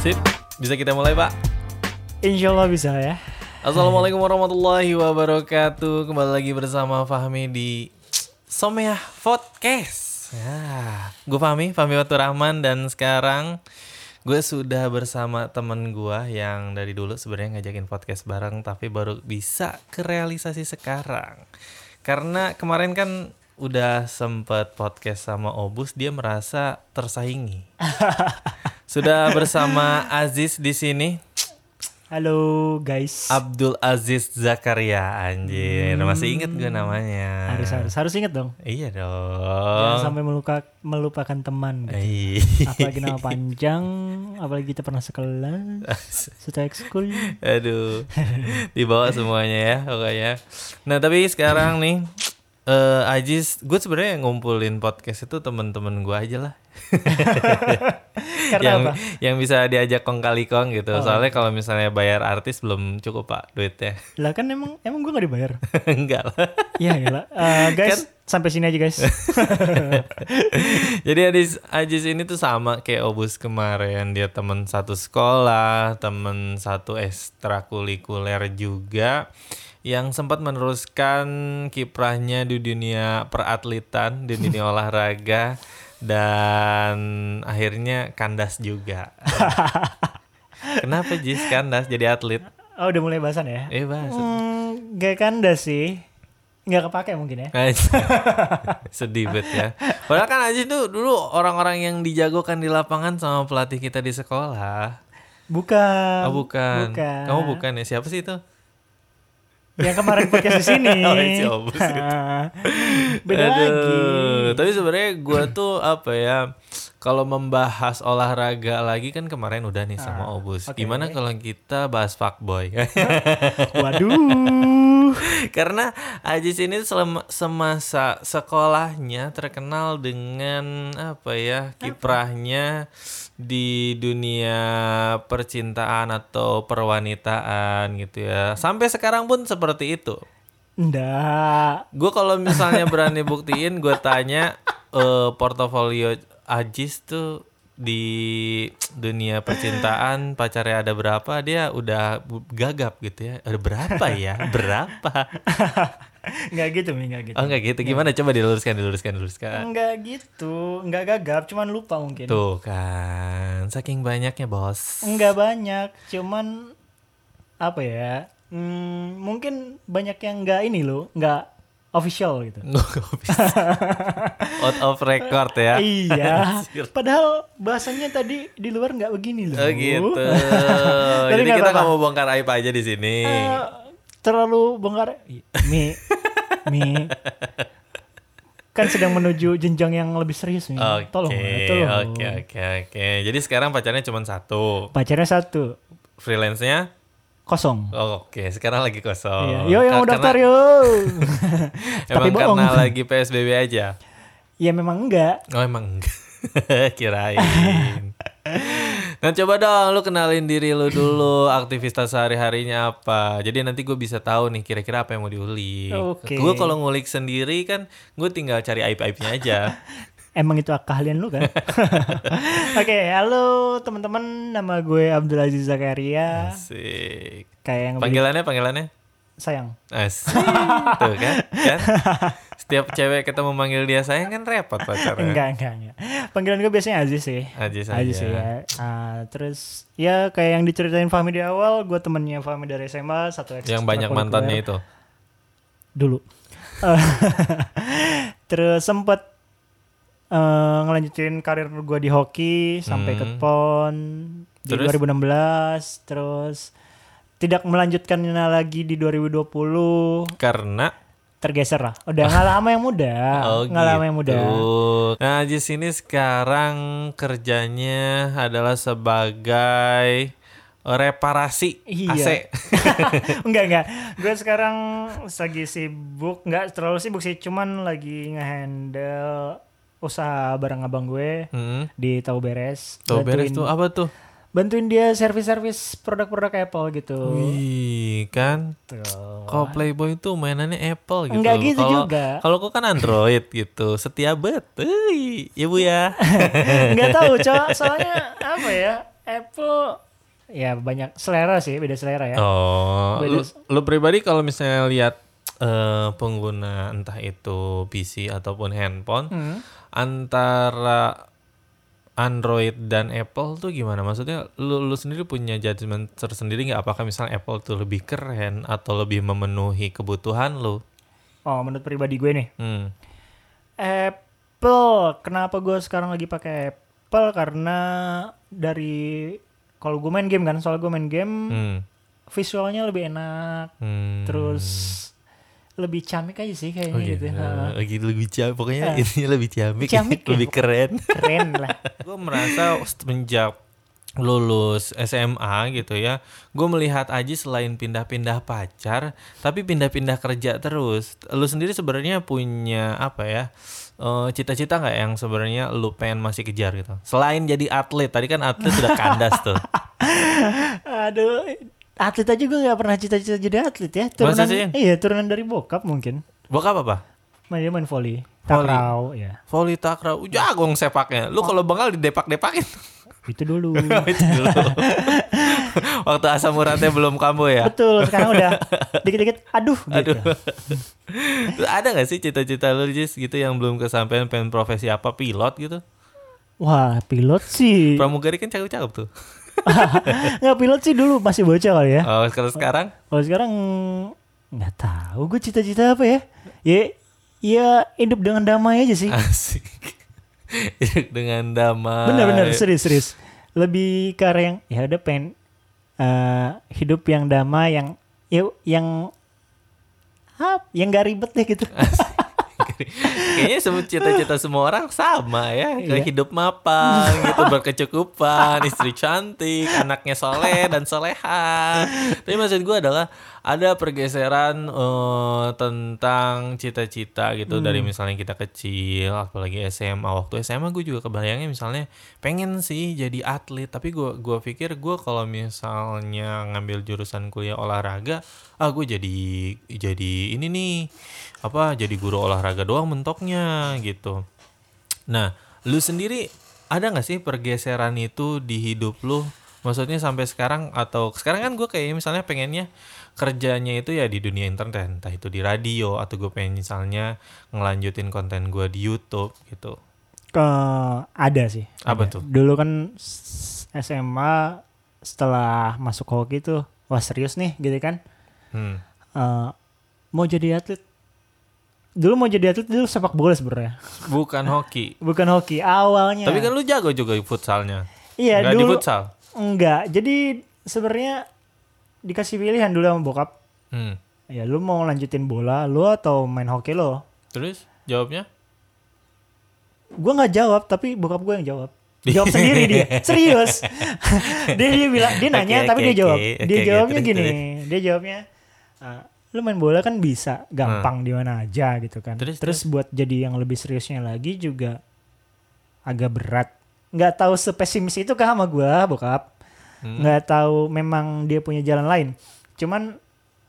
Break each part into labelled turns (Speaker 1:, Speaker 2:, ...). Speaker 1: Sip, bisa kita mulai pak?
Speaker 2: Insya Allah bisa ya.
Speaker 1: Assalamualaikum warahmatullahi wabarakatuh Kembali lagi bersama Fahmi di Someah Podcast ya. Gue Fahmi, Fahmi Rahman Dan sekarang gue sudah bersama temen gue Yang dari dulu sebenarnya ngajakin podcast bareng Tapi baru bisa kerealisasi sekarang Karena kemarin kan udah sempet podcast sama Obus Dia merasa tersaingi Sudah bersama Aziz di sini
Speaker 2: Halo guys.
Speaker 1: Abdul Aziz Zakaria anjir masih inget gue namanya
Speaker 2: Hmm. harus harus harus inget dong.
Speaker 1: iya
Speaker 2: Jangan
Speaker 1: dong
Speaker 2: sampai meluka, melupakan teman. gitu.
Speaker 1: Iya.
Speaker 2: Apalagi nama panjang, apalagi kita pernah sekelas, satu ekskul.
Speaker 1: aduh dibawa semuanya ya pokoknya nah tapi sekarang nih eh Aziz gue sebenarnya ngumpulin podcast itu temen-temen gue aja lah
Speaker 2: Karena
Speaker 1: yang
Speaker 2: apa? Oh.
Speaker 1: yang bisa diajak kong kali kong gitu soalnya kalau misalnya bayar artis belum cukup pak duitnya
Speaker 2: Lah kan emang emang gue gak dibayar.
Speaker 1: enggak lah
Speaker 2: Iya gila. Eh, guys,
Speaker 1: Kan-
Speaker 2: sampai sini aja guys.
Speaker 1: Jadi Adis Ajis ini tuh sama kayak Obus kemarin dia temen satu sekolah, temen satu ekstrakurikuler juga yang sempat meneruskan kiprahnya di dunia peratletan, di dunia olahraga dan akhirnya kandas juga. Kenapa Jis kandas jadi atlet?
Speaker 2: Oh udah mulai bahasan ya.
Speaker 1: Eh bahas.
Speaker 2: Hmm, gak kandas sih. Gak kepake mungkin ya.
Speaker 1: Sedih bet ya. Padahal kan Ajis tuh dulu orang-orang yang dijagokan di lapangan sama pelatih kita di sekolah.
Speaker 2: Bukan.
Speaker 1: Oh bukan.
Speaker 2: Bukan.
Speaker 1: Kamu bukan ya? Siapa sih itu?
Speaker 2: Yang kemarin podcast di sini.
Speaker 1: Oh, si Obus itu.
Speaker 2: Beda lagi.
Speaker 1: Tapi sebenarnya gue tuh apa ya? Kalau membahas olahraga lagi kan kemarin udah nih sama Obus.
Speaker 2: Ah, oke.
Speaker 1: Gimana kalau kita bahas fuckboy?
Speaker 2: Waduh.
Speaker 1: Karena Ajis ini selama, semasa sekolahnya terkenal dengan apa ya kiprahnya di dunia percintaan atau perwanitaan gitu ya. Sampai sekarang pun seperti itu.
Speaker 2: Nggak.
Speaker 1: Gue kalau misalnya berani buktiin, gue tanya eh, portofolio Ajis tuh di dunia percintaan pacarnya ada berapa dia udah bu- gagap gitu ya ada berapa ya berapa
Speaker 2: Nggak gitu, Mi. Nggak gitu.
Speaker 1: oh enggak gitu gimana coba diluruskan diluruskan diluruskan
Speaker 2: Nggak gitu. Nggak gagap. Cuman lupa mungkin.
Speaker 1: tuh kan saking banyaknya bos
Speaker 2: Nggak banyak. Cuman... Apa ya... Hmm, mungkin banyak yang nggak ini loh. Nggak official gitu.
Speaker 1: Nggak bisa. out of record ya
Speaker 2: Iya.
Speaker 1: Anjir.
Speaker 2: Padahal bahasanya tadi di luar nggak begini loh.
Speaker 1: oh gitu
Speaker 2: Tapi
Speaker 1: jadi
Speaker 2: nggak
Speaker 1: kita nggak
Speaker 2: apa-apa.
Speaker 1: mau bongkar aib aja di sini
Speaker 2: Eh, terlalu bongkar mi mi kan sedang menuju jenjang yang lebih serius mi
Speaker 1: Oke,
Speaker 2: hmm, tolong eh, tolong
Speaker 1: oke, oke, oke. Jadi sekarang pacarnya cuma satu,
Speaker 2: pacarnya satu
Speaker 1: freelance-nya,
Speaker 2: kosong
Speaker 1: oh, oke, sekarang lagi
Speaker 2: Iya.
Speaker 1: kosong.
Speaker 2: yo
Speaker 1: Oh,
Speaker 2: yang
Speaker 1: Ka- karena-
Speaker 2: mau daftar yo tapi
Speaker 1: Emang
Speaker 2: bohong
Speaker 1: karena lagi PSBB aja.
Speaker 2: ya memang enggak
Speaker 1: Oh emang enggak. kirain. Nah coba dong lu kenalin diri lu dulu aktivitas sehari-harinya apa. Jadi nanti gue bisa tahu nih kira-kira apa yang mau diulik.
Speaker 2: Oke.
Speaker 1: Gue kalau ngulik sendiri kan gue tinggal cari aib-aibnya aja.
Speaker 2: emang itu keahlian lu kan oke halo teman-teman nama gue Abdul Aziz Zakaria
Speaker 1: Asik.
Speaker 2: kayak yang beli-
Speaker 1: Panggilannya panggilannya?
Speaker 2: sayang
Speaker 1: Asik. Tuh kan? kan? Setiap cewek ketemu manggil dia sayang kan repot pacarnya.
Speaker 2: enggak enggak enggak panggilan gue biasanya Aziz sih
Speaker 1: Aziz
Speaker 2: aja
Speaker 1: aja.
Speaker 2: sih ya. Ah, terus ya kayak yang diceritain Fahmi di awal, gue temennya Fahmi dari SMA satu
Speaker 1: Yang banyak mantannya itu.
Speaker 2: dulu. Eh, terus sempet eh, ngelanjutin karir gue di hoki sampai ke pon di
Speaker 1: Hmm. Terus?
Speaker 2: 2016, terus tidak melanjutkannya lagi di 2020
Speaker 1: Karena
Speaker 2: tergeser lah. Udah ngalah sama yang muda, ngalah sama Oh, yang muda.
Speaker 1: Oh, Nah, Ajis ini sekarang kerjanya adalah sebagai reparasi
Speaker 2: Iya.
Speaker 1: AC.
Speaker 2: enggak enggak gue sekarang lagi sibuk nggak terlalu sibuk sih cuman lagi ngehandle usaha bareng abang gue
Speaker 1: Hmm.
Speaker 2: di tahu beres
Speaker 1: Tuh beres tuh apa tuh?
Speaker 2: bantuin dia servis servis produk-produk Apple gitu
Speaker 1: Hmm. Wih, kan
Speaker 2: Tuh.
Speaker 1: kalau Playboy itu mainannya Apple gitu.
Speaker 2: Enggak Oh. gitu
Speaker 1: Kalau-
Speaker 2: juga.
Speaker 1: Kalau kok kan Android gitu. Setia bet. Euy, Ibu ya.
Speaker 2: nggak tahu cowok soalnya apa ya Apple ya banyak selera sih, beda selera ya.
Speaker 1: Oh,
Speaker 2: Beda
Speaker 1: lu,
Speaker 2: s-
Speaker 1: lu pribadi kalau misalnya lihat eh, pengguna entah itu PC ataupun handphone
Speaker 2: Hmm.
Speaker 1: antara Android dan Apple tuh gimana? Maksudnya lu, lu sendiri punya judgement tersendiri nggak? Apakah misalnya Apple tuh lebih keren atau lebih memenuhi kebutuhan lu?
Speaker 2: Oh, menurut pribadi gue nih,
Speaker 1: Hmm.
Speaker 2: Apple. Kenapa gue sekarang lagi pakai Apple? Karena dari kalau gue main game kan, soal gue main game
Speaker 1: Hmm.
Speaker 2: visualnya lebih enak,
Speaker 1: Hmm.
Speaker 2: terus lebih camik aja sih kayaknya
Speaker 1: Oh iya,
Speaker 2: gitu. Ha.
Speaker 1: lagi lebih ciamik, pokoknya
Speaker 2: Ah.
Speaker 1: ini lebih ciamik,
Speaker 2: Ciamik ya,
Speaker 1: lebih keren.
Speaker 2: Keren lah.
Speaker 1: gue merasa semenjak lulus SMA gitu ya, gue melihat Aji selain pindah-pindah pacar, tapi pindah-pindah kerja terus. Lu sendiri sebenarnya punya apa ya? eh, Cita-cita nggak yang sebenarnya lu pengen masih kejar gitu? Selain jadi atlet, tadi kan atlet sudah kandas tuh.
Speaker 2: Aduh, atlet aja gue gak pernah cita-cita jadi atlet ya. Turunan,
Speaker 1: Masa sih?
Speaker 2: iya, turunan dari bokap mungkin.
Speaker 1: Bokap apa?
Speaker 2: Main dia main volley,
Speaker 1: Volley.
Speaker 2: takraw, ya.
Speaker 1: Voli takraw, Uh, jagong sepaknya. Lu kalau bengal didepak-depakin.
Speaker 2: Itu dulu.
Speaker 1: Itu dulu. Waktu asam uratnya belum kambuh ya.
Speaker 2: Betul, sekarang udah dikit-dikit aduh gitu.
Speaker 1: Aduh. Terus ada gak sih cita-cita lu Jis gitu yang belum kesampaian pengen profesi apa pilot gitu?
Speaker 2: Wah, pilot sih.
Speaker 1: Pramugari kan cakep-cakep tuh.
Speaker 2: Nggak pilot sih dulu masih bocah kali ya.
Speaker 1: Oh, kalau sekarang
Speaker 2: Kalau sekarang nggak tahu gue cita-cita apa ya. Ya ya hidup dengan damai aja sih.
Speaker 1: asik. Dengan damai.
Speaker 2: Bener-bener serius-serius. Eh, Lebih ke arah yang ya udah pengen eh, hidup yang damai yang ya yang hap yang gak ribet deh gitu.
Speaker 1: Kayaknya semua cita-cita semua orang sama ya. Kayak
Speaker 2: Iya.
Speaker 1: hidup mapan gitu, berkecukupan, istri cantik, anaknya soleh dan soleha. Tapi maksud gue adalah ada pergeseran eh, tentang cita-cita gitu dari misalnya kita kecil, apalagi SMA. Waktu SMA gue juga kebayangnya misalnya pengen sih jadi atlet, tapi gue gua pikir gue kalau misalnya ngambil jurusan kuliah olahraga, ah gue jadi jadi ini nih apa jadi guru olahraga doang mentoknya gitu. Nah, lu sendiri ada nggak sih pergeseran itu di hidup lu? Maksudnya sampai sekarang atau sekarang kan gue kayak misalnya pengennya kerjanya itu ya di dunia internet, entah itu di radio atau gue pengen misalnya ngelanjutin konten gue di YouTube gitu.
Speaker 2: Ke ada sih.
Speaker 1: Apa
Speaker 2: Ada.
Speaker 1: tuh?
Speaker 2: Dulu kan s- SMA setelah masuk hoki tuh wah serius nih gitu kan.
Speaker 1: Hmm.
Speaker 2: Eh, mau jadi atlet dulu mau jadi atlet dulu sepak bola sebenarnya
Speaker 1: Bukan hoki.
Speaker 2: bukan hoki awalnya
Speaker 1: Tapi kan lu jago juga futsalnya.
Speaker 2: iya
Speaker 1: Nggak di
Speaker 2: dulu
Speaker 1: futsal.
Speaker 2: enggak jadi sebenarnya dikasih pilihan dulu sama bokap
Speaker 1: Hmm.
Speaker 2: ya lu mau lanjutin bola lu atau main hoki lo
Speaker 1: Terus jawabnya?
Speaker 2: gue nggak jawab tapi bokap gue yang jawab jawab sendiri dia serius dia dia bilang dia
Speaker 1: Oke,
Speaker 2: nanya
Speaker 1: oke,
Speaker 2: tapi dia
Speaker 1: oke.
Speaker 2: jawab
Speaker 1: Oke,
Speaker 2: dia
Speaker 1: oke,
Speaker 2: jawabnya
Speaker 1: terus,
Speaker 2: gini dia jawabnya "Ah, lu main bola kan bisa gampang di mana aja gitu kan
Speaker 1: Hmm. Terus,
Speaker 2: terus, buat jadi yang lebih seriusnya lagi juga agak berat nggak tahu sepesimis itu kah sama gue bokap
Speaker 1: Hmm.
Speaker 2: nggak tahu memang dia punya jalan lain cuman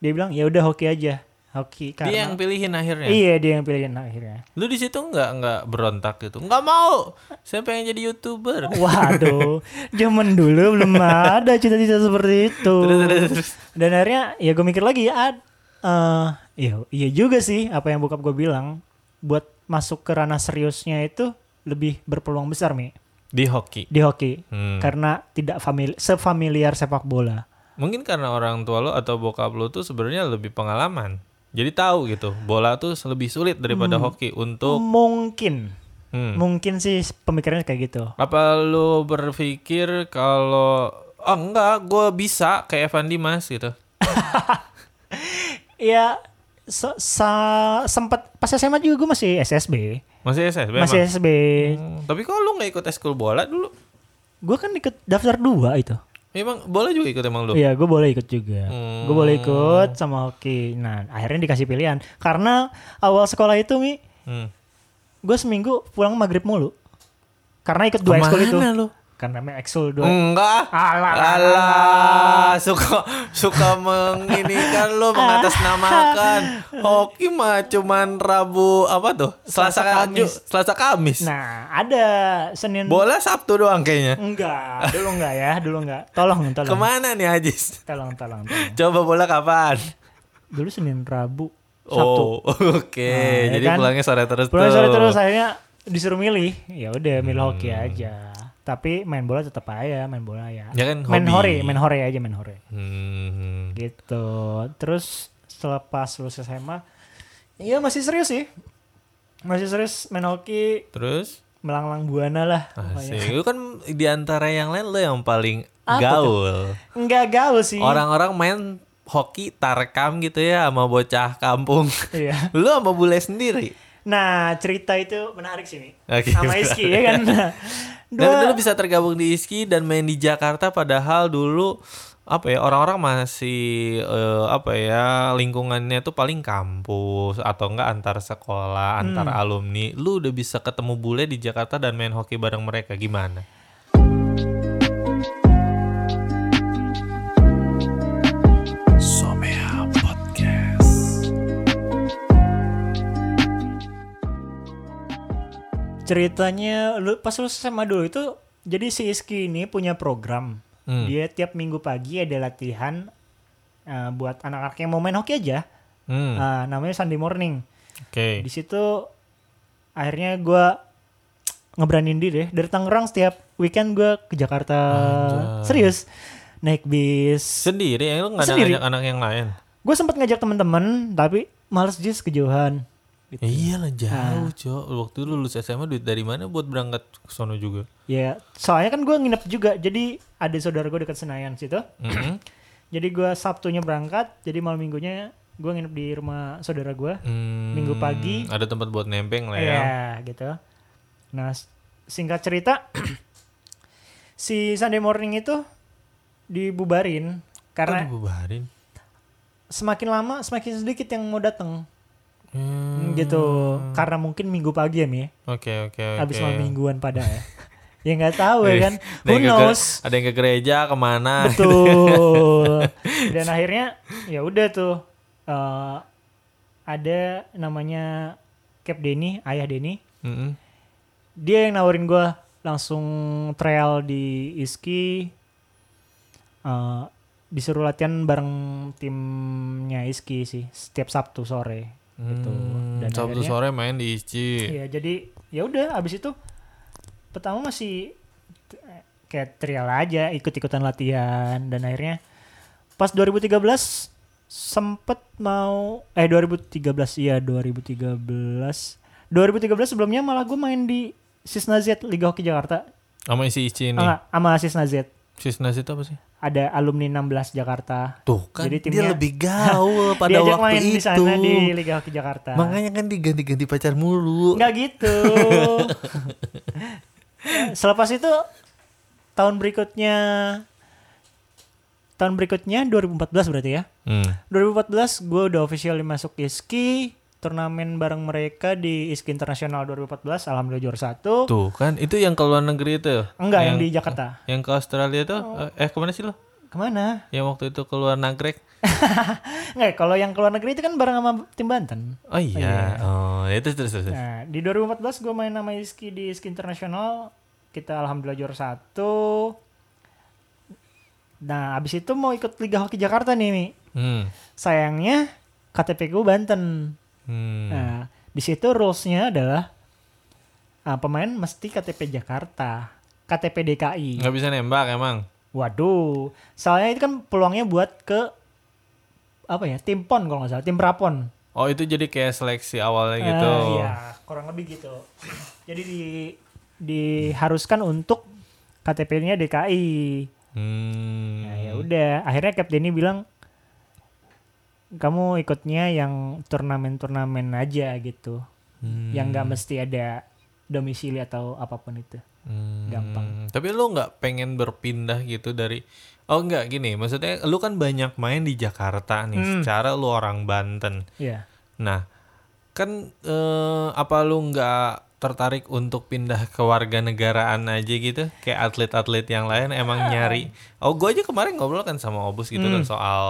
Speaker 2: dia bilang ya udah hoki aja hoki
Speaker 1: Dia yang
Speaker 2: karena
Speaker 1: pilihin akhirnya.
Speaker 2: iya dia yang pilihin akhirnya
Speaker 1: Lu di situ nggak nggak berontak gitu. Nggak mau. Saya pengen jadi YouTuber.
Speaker 2: Iya. Waduh, zaman dulu belum ada cita-cita seperti itu. Dan akhirnya ya gue mikir lagi ya, ad- eh, iya, iya juga sih apa yang bokap gue bilang buat masuk ke ranah seriusnya itu lebih berpeluang besar Mi
Speaker 1: Di hoki.
Speaker 2: di hoki
Speaker 1: Hmm.
Speaker 2: karena tidak famili sefamiliar sepak bola.
Speaker 1: Mungkin karena orang tua lu atau bokap lu tuh sebenarnya lebih pengalaman. Jadi tahu gitu, bola tuh lebih sulit daripada hoki untuk
Speaker 2: Mungkin,
Speaker 1: Oh. Hmm.
Speaker 2: mungkin sih pemikirannya kayak gitu.
Speaker 1: apa lu berpikir kalau oh enggak, gue bisa kayak Evan Dimas gitu.
Speaker 2: Ya se- sa- sempat pas SMA juga gue masih SSB,
Speaker 1: Masih SSB
Speaker 2: masih
Speaker 1: emang?
Speaker 2: SSB.
Speaker 1: Hmm, Tapi kok lu nggak ikut eskul bola dulu?
Speaker 2: Gue kan ikut daftar dua itu.
Speaker 1: Emang bola juga ikut emang lu?
Speaker 2: Iya, gue boleh ikut juga.
Speaker 1: Hmm.
Speaker 2: Gue boleh ikut sama hoki. Nah, akhirnya dikasih pilihan. Karena awal sekolah itu, Mi,
Speaker 1: Hmm.
Speaker 2: gue seminggu pulang maghrib mulu. Karena ikut dua ekskul itu.
Speaker 1: Kemana lu? Hmm.
Speaker 2: kan namanya Excel dua
Speaker 1: Enggak.
Speaker 2: Alah.
Speaker 1: Alah, suka suka menginikan lo mengatasnamakan. Hoki mah cuman Rabu apa tuh? Selasa
Speaker 2: Selasa,
Speaker 1: Kamis, Selasa Kamis.
Speaker 2: nah ada Senin
Speaker 1: Bola Sabtu doang kayaknya.
Speaker 2: enggak dulu enggak ya dulu enggak tolong tolong
Speaker 1: Kemana nih Ajis?
Speaker 2: tolong tolong tolong
Speaker 1: Coba bola kapan?
Speaker 2: dulu Senin Rabu Sabtu
Speaker 1: Oh, oke.
Speaker 2: Nah,
Speaker 1: Jadi
Speaker 2: ya kan?
Speaker 1: pulangnya sore terus
Speaker 2: Pulang
Speaker 1: tuh.
Speaker 2: sore terus akhirnya disuruh milih. Ya udah milih hoki
Speaker 1: Hmm.
Speaker 2: aja. Tapi main bola tetap aja, main bola ya.
Speaker 1: Ya kan,
Speaker 2: main
Speaker 1: hobi.
Speaker 2: hore, main hore aja, main hore.
Speaker 1: Hmm.
Speaker 2: Gitu. Terus setelah pas lulus SMA, ya masih serius sih. Masih serius main hoki
Speaker 1: Terus
Speaker 2: melanglang buana lah. pokoknya.
Speaker 1: Asik. Lu kan di antara yang lain lo yang paling
Speaker 2: Apa tuh?
Speaker 1: gaul.
Speaker 2: Enggak gaul sih.
Speaker 1: Orang-orang main hoki tarkam gitu ya sama bocah kampung.
Speaker 2: Iya.
Speaker 1: lu sama bule sendiri.
Speaker 2: Nah, cerita itu menarik sih, Mi.
Speaker 1: Oke,
Speaker 2: Sama
Speaker 1: menarik.
Speaker 2: Iski ya kan.
Speaker 1: Dan
Speaker 2: Dua-
Speaker 1: itu lu bisa tergabung di ISKI dan main di Jakarta padahal dulu apa ya orang-orang masih eh, apa ya lingkungannya tuh paling kampus atau enggak antar sekolah, antar alumni. Lu udah bisa ketemu bule di Jakarta dan main hoki bareng mereka gimana? Somea Podcast.
Speaker 2: ceritanya lu pas lu SMA dulu itu jadi si Iski ini punya program
Speaker 1: Hmm.
Speaker 2: dia tiap minggu pagi ada latihan eh, buat anak-anak yang mau main hoki aja
Speaker 1: Hmm,
Speaker 2: Eh, namanya Sunday Morning
Speaker 1: oke.
Speaker 2: di situ akhirnya gua ngeberanin diri deh dari Tangerang setiap weekend gua ke Jakarta serius naik bis
Speaker 1: Sendiri ya, lu nggak ada
Speaker 2: Sendiri.
Speaker 1: ngajak anak yang lain.
Speaker 2: gue sempat ngajak teman-teman tapi males jis kejauhan Gitu.
Speaker 1: Ya iyalah
Speaker 2: Ah.
Speaker 1: jauh, Cok. Waktu lu lulus SMA duit dari mana buat berangkat ke sono juga?
Speaker 2: ya soalnya kan gua nginep juga jadi ada saudara gue dekat Senayan situ
Speaker 1: Mm-mm.
Speaker 2: Jadi gua Sabtunya berangkat, jadi malam minggunya gua nginep di rumah saudara gua
Speaker 1: Hmm,
Speaker 2: Minggu pagi.
Speaker 1: ada tempat buat nempeng lah
Speaker 2: Iya,
Speaker 1: ya.
Speaker 2: gitu. Nah, s- singkat cerita, si Sunday morning itu dibubarin
Speaker 1: Karena
Speaker 2: karena
Speaker 1: dibubarin.
Speaker 2: semakin lama semakin sedikit yang mau datang
Speaker 1: Hmm,
Speaker 2: gitu. Karena mungkin minggu pagi ya, Mi.
Speaker 1: Oke, oke, oke. Iya.
Speaker 2: Habis malam mingguan pada ya. ya nggak tahu ya kan.
Speaker 1: Ada
Speaker 2: Who
Speaker 1: yang ke gere-
Speaker 2: knows?
Speaker 1: Ada yang ke gereja kemana?
Speaker 2: Betul. Dan akhirnya ya udah tuh eh, ada namanya Cap Denny, ayah Denny.
Speaker 1: Mm-mm.
Speaker 2: Dia yang nawarin gua langsung trial di Iski. Eh, disuruh latihan bareng timnya Iski sih setiap Sabtu sore gitu.
Speaker 1: Hmm,
Speaker 2: Dan
Speaker 1: Sabtu
Speaker 2: akhirnya-
Speaker 1: sore main di Ici.
Speaker 2: Iya, jadi ya udah abis itu pertama masih t- kayak trial aja, ikut-ikutan latihan dan akhirnya pas 2013 sempet mau eh 2013 iya 2013 2013 sebelumnya malah gue main di Sisna Z Liga Hoki Jakarta
Speaker 1: Sama isi Ici ini.
Speaker 2: ah, sama Sisna Z
Speaker 1: Sisnas itu apa sih?
Speaker 2: ada alumni 16 Jakarta
Speaker 1: Tuh kan
Speaker 2: Jadi
Speaker 1: dia
Speaker 2: timnya-
Speaker 1: lebih gaul pada
Speaker 2: diajak
Speaker 1: waktu
Speaker 2: main
Speaker 1: itu.
Speaker 2: di sana di Liga Hoki Jakarta
Speaker 1: Makanya kan diganti-ganti pacar mulu.
Speaker 2: Nggak gitu. Selepas itu tahun berikutnya tahun berikutnya 2014 berarti ya.
Speaker 1: Hmm.
Speaker 2: 2014 gue udah official masuk ISKI turnamen bareng mereka di ISKI Internasional 2014 alhamdulillah juara satu.
Speaker 1: Tuh Iya. kan itu yang ke luar negeri itu.
Speaker 2: Enggak yang, di Oh. Jakarta.
Speaker 1: Yang ke Australia tuh eh kemana sih lo?
Speaker 2: Kemana?
Speaker 1: Yang waktu itu keluar nagrek.
Speaker 2: Enggak, kalau yang keluar negeri itu kan bareng sama tim Banten.
Speaker 1: Oh iya. Oh, itu terus terus. terus.
Speaker 2: Nah, di 2014 gue main nama Iski di Iski Internasional. Kita alhamdulillah juara satu. Nah, abis itu mau ikut Liga Hoki Jakarta nih, Mi.
Speaker 1: Hmm.
Speaker 2: Sayangnya KTP gue Banten.
Speaker 1: Hmm.
Speaker 2: Nah, di situ rules-nya adalah ah, pemain mesti KTP Jakarta, KTP DKI.
Speaker 1: Nggak bisa nembak emang.
Speaker 2: Waduh, soalnya itu kan peluangnya buat ke apa ya? Tim PON kalau nggak salah, tim Prapon.
Speaker 1: Oh itu jadi kayak seleksi awalnya
Speaker 2: Ah,
Speaker 1: gitu.
Speaker 2: Iya, kurang lebih gitu. Jadi di diharuskan untuk KTP-nya DKI.
Speaker 1: Hmm.
Speaker 2: Nah, ya udah, akhirnya Cap Denny bilang kamu ikutnya yang turnamen-turnamen aja gitu.
Speaker 1: Hmm.
Speaker 2: Yang nggak mesti ada domisili atau apapun itu.
Speaker 1: Hmm.
Speaker 2: Gampang.
Speaker 1: Tapi lu nggak pengen berpindah gitu dari Oh enggak gini, maksudnya lu kan banyak main di Jakarta nih,
Speaker 2: Hmm.
Speaker 1: secara lu orang Banten.
Speaker 2: Iya.
Speaker 1: Nah, kan eh, apa lu nggak tertarik untuk pindah ke warga negaraan aja gitu kayak atlet-atlet yang lain
Speaker 2: Iya.
Speaker 1: emang nyari oh gue aja kemarin ngobrol kan sama obus gitu
Speaker 2: Hmm.
Speaker 1: kan soal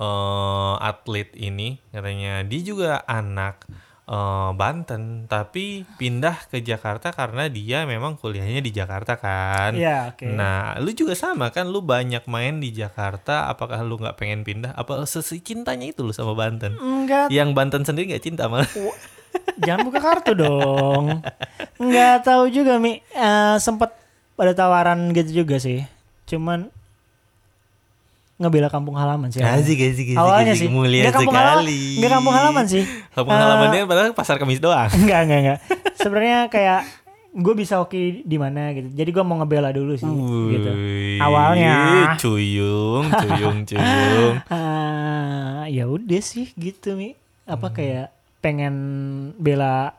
Speaker 1: eh, atlet ini katanya dia juga anak eh, Banten tapi pindah ke Jakarta karena dia memang kuliahnya di Jakarta kan
Speaker 2: Iya, oke.
Speaker 1: nah lu juga sama kan lu banyak main di Jakarta apakah lu nggak pengen pindah apa sesicintanya itu lu sama Banten
Speaker 2: Enggak.
Speaker 1: yang Banten sendiri nggak cinta malah
Speaker 2: Jangan buka kartu dong. Enggak tahu juga Mi. Eh, sempet ada tawaran gitu juga sih. Cuman ngebela kampung halaman sih.
Speaker 1: Gazi, gazi, gazi,
Speaker 2: Iya. Awalnya
Speaker 1: gazi,
Speaker 2: sih.
Speaker 1: mulia
Speaker 2: Nggak kampung
Speaker 1: sekali.
Speaker 2: halaman- nggak kampung halaman sih.
Speaker 1: Kampung
Speaker 2: Eh,
Speaker 1: halamannya padahal pasar kemis doang.
Speaker 2: Enggak, enggak, enggak. Sebenarnya kayak gue bisa hoki di mana gitu. Jadi gue mau ngebela dulu sih gitu.
Speaker 1: Wih,
Speaker 2: Awalnya.
Speaker 1: cuyung, cuyung, cuyung.
Speaker 2: Ah, ya udah sih gitu Mi. Apa
Speaker 1: Hmm.
Speaker 2: kayak pengen bela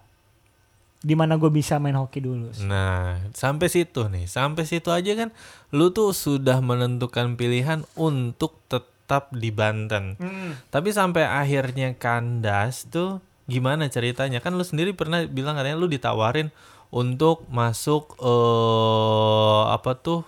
Speaker 2: di mana gue bisa main hoki dulu. sih.
Speaker 1: Nah, sampai situ nih, sampai situ aja kan lu tuh sudah menentukan pilihan untuk tetap di Banten.
Speaker 2: Hmm.
Speaker 1: Tapi sampai akhirnya kandas tuh gimana ceritanya? Kan lu sendiri pernah bilang katanya lu ditawarin untuk masuk eh apa tuh?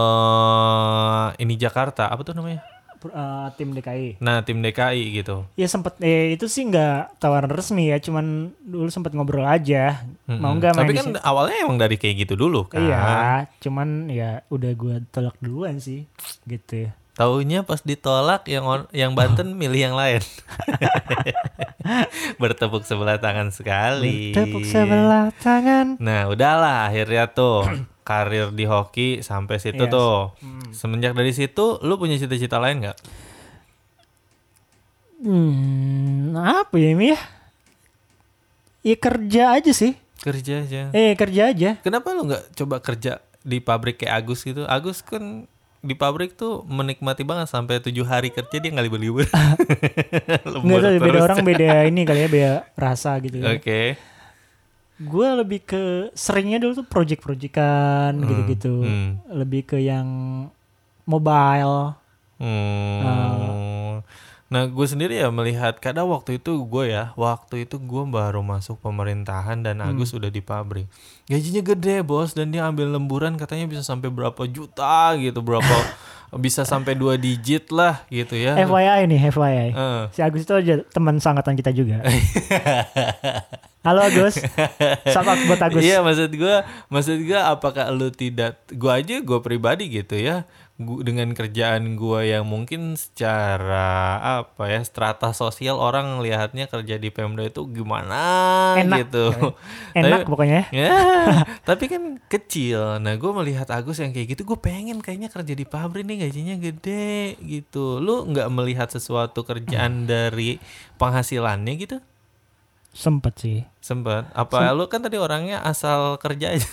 Speaker 1: eh ini Jakarta, apa tuh namanya?
Speaker 2: Eh, tim DKI.
Speaker 1: Nah, tim DKI gitu.
Speaker 2: Ya sempet eh, itu sih nggak tawaran resmi ya, cuman dulu sempet ngobrol aja. Mau
Speaker 1: Mm-mm.
Speaker 2: nggak main
Speaker 1: Tapi
Speaker 2: di
Speaker 1: kan
Speaker 2: sini?
Speaker 1: awalnya emang dari kayak gitu dulu kan.
Speaker 2: Iya, cuman ya udah gua tolak duluan sih, gitu.
Speaker 1: Taunya pas ditolak yang or- yang Banten milih yang lain. Bertepuk sebelah tangan sekali.
Speaker 2: Tepuk sebelah tangan.
Speaker 1: Nah, udahlah akhirnya tuh karir di hoki sampai situ
Speaker 2: Yes.
Speaker 1: tuh. Semenjak dari situ lu punya cita-cita lain nggak?
Speaker 2: Hmm, apa ya Mi ya? Ya kerja aja sih.
Speaker 1: Kerja aja.
Speaker 2: Eh kerja aja.
Speaker 1: Kenapa lu nggak coba kerja di pabrik kayak Agus gitu? Agus kan di pabrik tuh menikmati banget sampai tujuh hari kerja dia nggak libur-libur.
Speaker 2: Nggak
Speaker 1: Lembur
Speaker 2: tahu ya, beda
Speaker 1: terus.
Speaker 2: orang beda ini kali ya beda rasa gitu.
Speaker 1: Oke.
Speaker 2: ya. Gue lebih ke seringnya dulu tuh project-projectan gitu-gitu.
Speaker 1: hmm.
Speaker 2: Lebih ke yang mobile.
Speaker 1: Hmm. Nah, gue sendiri ya melihat kadang waktu itu gue ya, waktu itu gue baru masuk pemerintahan dan Agus udah di pabrik. Gajinya gede bos dan dia ambil lemburan katanya bisa sampai berapa juta gitu, berapa bisa sampai dua digit lah gitu ya.
Speaker 2: FYI nih, FYI.
Speaker 1: Heeh.
Speaker 2: Si Agus itu aja teman seangkatan kita juga. Halo Agus. Shout out buat Agus.
Speaker 1: Iya maksud gua maksud gua apakah lu tidak gua aja gua pribadi gitu ya Gu- dengan kerjaan gua yang mungkin secara apa ya strata sosial orang lihatnya kerja di Pemda itu gimana
Speaker 2: Enak.
Speaker 1: gitu.
Speaker 2: Enak
Speaker 1: Tapi-
Speaker 2: pokoknya ya.
Speaker 1: Ya, tapi kan kecil. Nah, gue melihat Agus yang kayak gitu, gue pengen kayaknya kerja di pabrik nih gajinya gede gitu. Lu nggak melihat sesuatu
Speaker 2: Hmm.
Speaker 1: kerjaan dari penghasilannya gitu?
Speaker 2: Sempet sih.
Speaker 1: Sempet. Apa lu kan tadi orangnya asal kerja aja.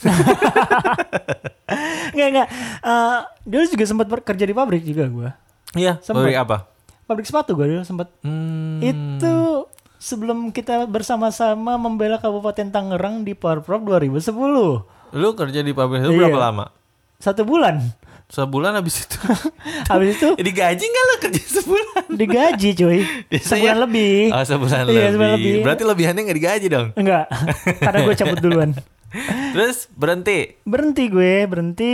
Speaker 2: Enggak, enggak. Eh, dulu juga sempat kerja di pabrik juga gua.
Speaker 1: Iya,
Speaker 2: Sempet.
Speaker 1: pabrik apa?
Speaker 2: Pabrik sepatu gua dulu sempat.
Speaker 1: Hmm,
Speaker 2: Itu sebelum kita bersama-sama membela Kabupaten Tangerang di Powerprov 2010.
Speaker 1: lu kerja di pabrik itu
Speaker 2: Iya.
Speaker 1: berapa lama?
Speaker 2: Satu bulan.
Speaker 1: Sebulan habis itu.
Speaker 2: Habis itu
Speaker 1: Digaji nggak lu kerja sebulan?
Speaker 2: digaji cuy. Sebulan lebih.
Speaker 1: Oh, sebulan
Speaker 2: Iya,
Speaker 1: lebih.
Speaker 2: sebulan lebih.
Speaker 1: Berarti lebihannya nggak digaji dong.
Speaker 2: Enggak. Karena gue cabut duluan.
Speaker 1: Terus berhenti.
Speaker 2: berhenti gue berhenti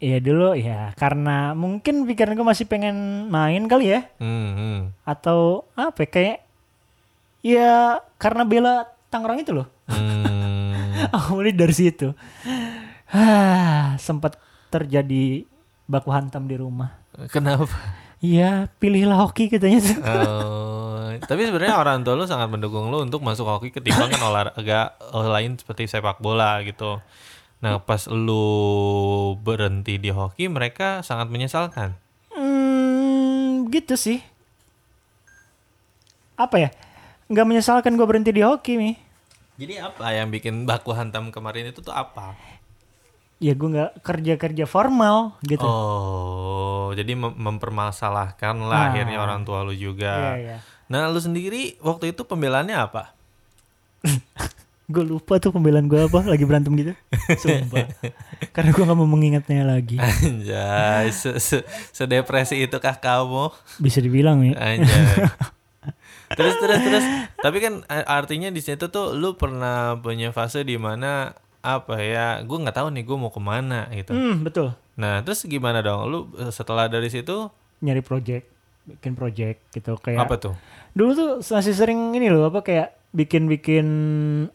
Speaker 2: ya dulu ya karena mungkin pikiran gue masih pengen main kali ya
Speaker 1: Hmm, hmm.
Speaker 2: atau apa ya, kayak ya karena bela Tangerang itu loh
Speaker 1: Hmm.
Speaker 2: awalnya dari situ Hah, sempat terjadi baku hantam di rumah
Speaker 1: Kenapa?
Speaker 2: ya pilihlah hoki katanya tuh
Speaker 1: Oh, tapi sebenarnya orang tua lu sangat mendukung lu untuk masuk hoki ketimbang kan olahraga lain seperti sepak bola gitu. Nah, pas lu berhenti di hoki, mereka sangat menyesalkan.
Speaker 2: Hmm, gitu sih. Apa ya? Nggak menyesalkan gue berhenti di hoki nih.
Speaker 1: Jadi apa yang bikin baku hantam kemarin itu tuh apa?
Speaker 2: Ya gue nggak kerja kerja formal gitu.
Speaker 1: Oh, jadi mem- mempermasalahkan lah akhirnya orang tua lu juga.
Speaker 2: Ah. Iya, iya.
Speaker 1: Nah, lu sendiri waktu itu pembelaannya apa?
Speaker 2: Gue lupa tuh pembelaan gue apa lagi berantem gitu. Sumpah. Karena gue nggak mau mengingatnya lagi.
Speaker 1: Ah. Anjay, se- se- sedepresi itukah kamu?
Speaker 2: ya.
Speaker 1: Ah.
Speaker 2: Bisa dibilang nih.
Speaker 1: Anjay. terus terus terus tapi kan a- artinya di situ tuh lu pernah punya fase di mana apa ya gue nggak tahu nih gue mau kemana gitu
Speaker 2: Hmm, betul.
Speaker 1: nah terus gimana dong lu eh, setelah dari situ
Speaker 2: Nyari project, bikin project gitu kayak.
Speaker 1: apa tuh
Speaker 2: Dulu tuh masih sering ini loh apa kayak bikin-bikin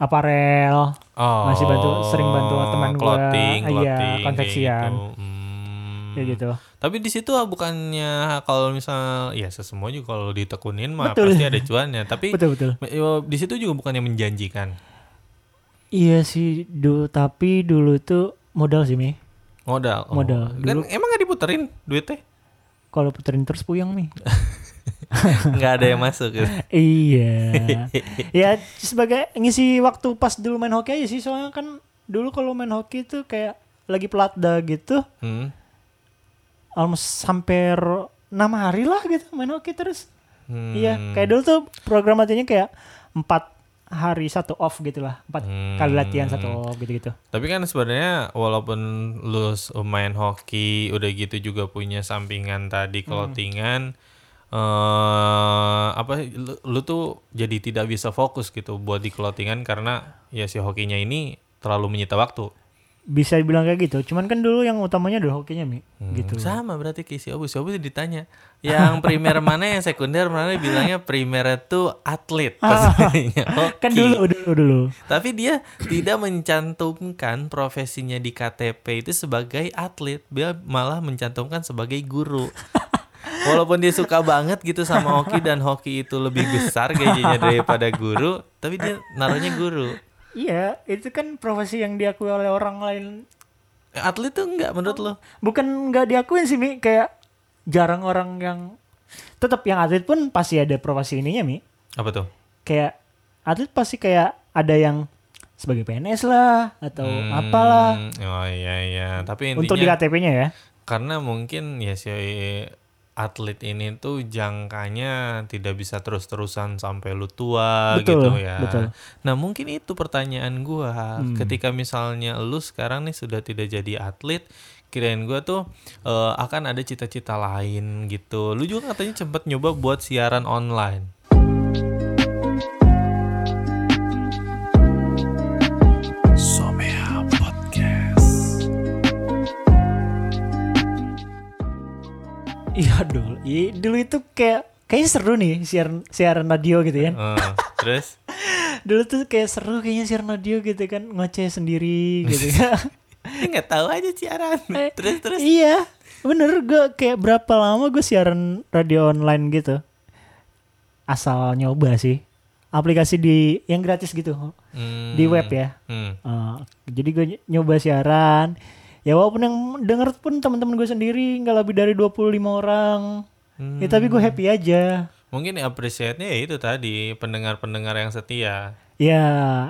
Speaker 2: aparel.
Speaker 1: oh
Speaker 2: Masih bantu- sering bantu teman gua.
Speaker 1: clothing,
Speaker 2: Iya,
Speaker 1: clothing, kayak
Speaker 2: konveksian.
Speaker 1: gitu. Hmm.
Speaker 2: Kayak gitu.
Speaker 1: Tapi di situ ah, bukannya kalau misal ya sesemua juga kalau ditekunin mah
Speaker 2: Betul.
Speaker 1: pasti ada cuannya. Tapi
Speaker 2: Betul betul.
Speaker 1: me- yo, di situ juga bukannya menjanjikan.
Speaker 2: Iya sih, dulu tapi dulu tuh modal sih Mi.
Speaker 1: Modal. Oh.
Speaker 2: Modal.
Speaker 1: Kan
Speaker 2: Dulu-
Speaker 1: emang gak diputerin duitnya?
Speaker 2: Kalau puterin terus puyeng Mi.
Speaker 1: nggak ada yang masuk. gitu.
Speaker 2: iya. ya sebagai ngisi waktu pas dulu main hoki aja sih soalnya kan dulu kalau main hoki tuh kayak lagi pelatda gitu
Speaker 1: Hmm.
Speaker 2: almost hampir enam hari lah gitu main hoki terus.
Speaker 1: Hmm.
Speaker 2: Iya, kayak dulu tuh program latihannya kayak empat hari satu off gitu lah, empat
Speaker 1: Hmm.
Speaker 2: kali latihan satu off gitu gitu-gitu.
Speaker 1: Tapi kan sebenarnya walaupun lu s- main hoki udah gitu juga punya sampingan tadi
Speaker 2: Hmm.
Speaker 1: clothingan eh apa lu, lu tuh jadi tidak bisa fokus gitu buat di clothingan karena ya si hokinya ini terlalu menyita waktu.
Speaker 2: Bisa dibilang kayak gitu. Cuman kan dulu yang utamanya dulu hokinya mi,
Speaker 1: Hmm.
Speaker 2: gitu.
Speaker 1: Sama berarti kayak si Obus. Si Obus ditanya yang primer mana yang sekunder mana bilangnya primer itu atlet pastinya.
Speaker 2: Kan
Speaker 1: Hoki.
Speaker 2: dulu, dulu, dulu.
Speaker 1: Tapi dia tidak mencantumkan profesinya di KTP itu sebagai atlet, dia malah mencantumkan sebagai guru. Walaupun dia suka banget gitu sama hoki dan hoki itu lebih besar gajinya daripada guru, tapi dia naruhnya guru.
Speaker 2: Iya, itu kan profesi yang diakui oleh orang lain.
Speaker 1: Atlet tuh enggak menurut lo?
Speaker 2: Bukan nggak diakuin sih mi, kayak jarang orang yang tetap yang atlet pun pasti ada profesi ininya mi.
Speaker 1: Apa tuh?
Speaker 2: Kayak atlet pasti kayak ada yang sebagai PNS lah atau apalah
Speaker 1: Hmm, Oh iya iya, tapi intinya
Speaker 2: untuk di KTP-nya ya.
Speaker 1: karena mungkin ya si atlet ini tuh jangkanya tidak bisa terus-terusan sampai lu tua
Speaker 2: Betul,
Speaker 1: gitu ya.
Speaker 2: betul. Hmm.
Speaker 1: Nah, mungkin itu pertanyaan gua. Ketika misalnya lu sekarang nih sudah tidak jadi atlet, kirain gua tuh eh, akan ada cita-cita lain gitu. Lu juga katanya sempat nyoba buat siaran online.
Speaker 3: Somea Podcast.
Speaker 2: Iya dulu, Iya, dulu itu kayak kayaknya seru nih siaran siaran radio gitu kan.
Speaker 1: Eh, terus
Speaker 2: Dulu tuh kayak seru kayaknya siaran radio gitu kan ngoceh sendiri gitu kan.
Speaker 1: Ini nggak tahu aja siaran. Terus terus
Speaker 2: iya, bener gue kayak berapa lama gue siaran radio online gitu. Asal nyoba sih aplikasi di yang gratis gitu
Speaker 1: Hmm,
Speaker 2: di web ya.
Speaker 1: hmm.
Speaker 2: Eh, jadi gue nyoba siaran. Ya walaupun yang denger pun teman-teman gue sendiri nggak lebih dari 25 orang. Ya tapi
Speaker 1: Hmm.
Speaker 2: gue happy aja.
Speaker 1: Mungkin appreciate-nya ya itu tadi pendengar-pendengar yang setia.
Speaker 2: ya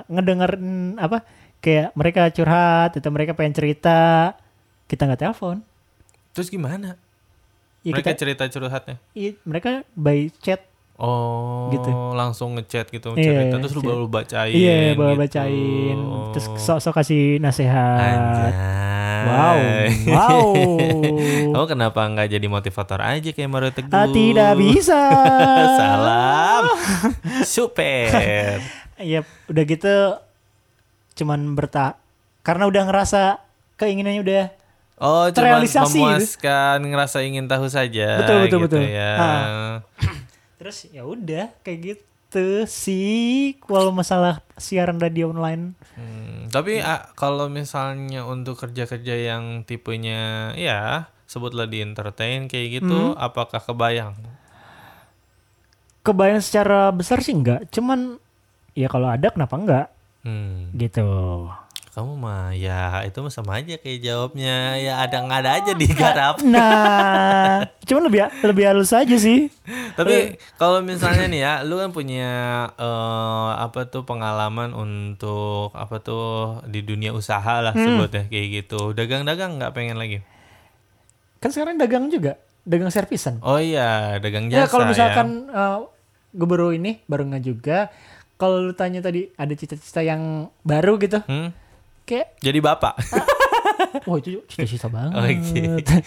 Speaker 2: ngedengerin apa kayak mereka curhat atau mereka pengen cerita kita nggak telepon
Speaker 1: Terus gimana?
Speaker 2: ya
Speaker 1: Mereka
Speaker 2: kita
Speaker 1: cerita curhatnya.
Speaker 2: i- mereka by chat
Speaker 1: Oh,
Speaker 2: Gitu.
Speaker 1: langsung ngechat gitu
Speaker 2: Iya,
Speaker 1: cerita terus lu
Speaker 2: chat.
Speaker 1: baru bacain.
Speaker 2: iya Oh. bawa
Speaker 1: gitu.
Speaker 2: bacain terus sok-sok kasih nasihat
Speaker 1: Anjay.
Speaker 2: wow wow
Speaker 1: Kamu kenapa nggak jadi motivator aja kayak Mario Teguh?
Speaker 2: Ah, tidak bisa
Speaker 1: Salam. Super.
Speaker 2: ya udah gitu cuman berta karena udah ngerasa keinginannya udah
Speaker 1: Oh, cuma
Speaker 2: Terrealisasi. gitu.
Speaker 1: memuaskan ngerasa ingin tahu saja.
Speaker 2: Betul, betul,
Speaker 1: gitu
Speaker 2: betul.
Speaker 1: Ya.
Speaker 2: Ah. terus ya udah kayak gitu sih kalau masalah siaran radio online
Speaker 1: Hmm, tapi ah, kalau misalnya untuk kerja-kerja yang tipenya ya sebutlah di entertain kayak gitu,
Speaker 2: Hmm.
Speaker 1: apakah kebayang?
Speaker 2: kebayang secara besar sih enggak cuman ya kalau ada kenapa enggak
Speaker 1: Hmm,
Speaker 2: gitu
Speaker 1: kamu mah ya itu mah sama aja kayak jawabnya ya ada nggak ada aja digarap.
Speaker 2: nah cuman lebih lebih halus aja sih
Speaker 1: Tapi kalau misalnya nih ya, lu kan punya eh, apa tuh pengalaman untuk apa tuh di dunia usaha lah
Speaker 2: Hmm.
Speaker 1: sebutnya kayak gitu. Dagang-dagang nggak pengen lagi?
Speaker 2: kan sekarang dagang juga dagang servisan
Speaker 1: Oh iya, dagang jasa.
Speaker 2: ya kalau misalkan eh, gue baru ini baru nggak juga kalau lu tanya tadi ada cita-cita yang baru gitu
Speaker 1: Hmm?
Speaker 2: kayak
Speaker 1: Jadi bapak.
Speaker 2: wah itu cita-cita
Speaker 1: Oh,
Speaker 2: banget
Speaker 1: Oke.
Speaker 2: Eh,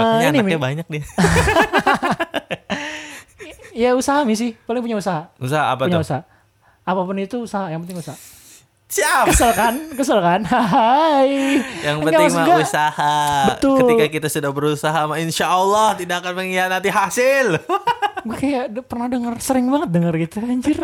Speaker 1: Makanya
Speaker 2: ini Mi.
Speaker 1: anaknya banyak dia.
Speaker 2: ya usaha Mi, sih paling punya usaha
Speaker 1: Usaha apa
Speaker 2: punya
Speaker 1: tuh?
Speaker 2: usaha apapun itu usaha yang penting usaha
Speaker 1: Siap.
Speaker 2: kesel kan kesel kan hai
Speaker 1: Yang
Speaker 2: Enggak,
Speaker 1: penting
Speaker 2: maksud
Speaker 1: mah
Speaker 2: gua-
Speaker 1: usaha.
Speaker 2: Betul.
Speaker 1: Ketika kita sudah berusaha, mah insya Allah tidak akan mengkhianati hasil.
Speaker 2: gue kayak de- pernah denger sering banget denger gitu anjir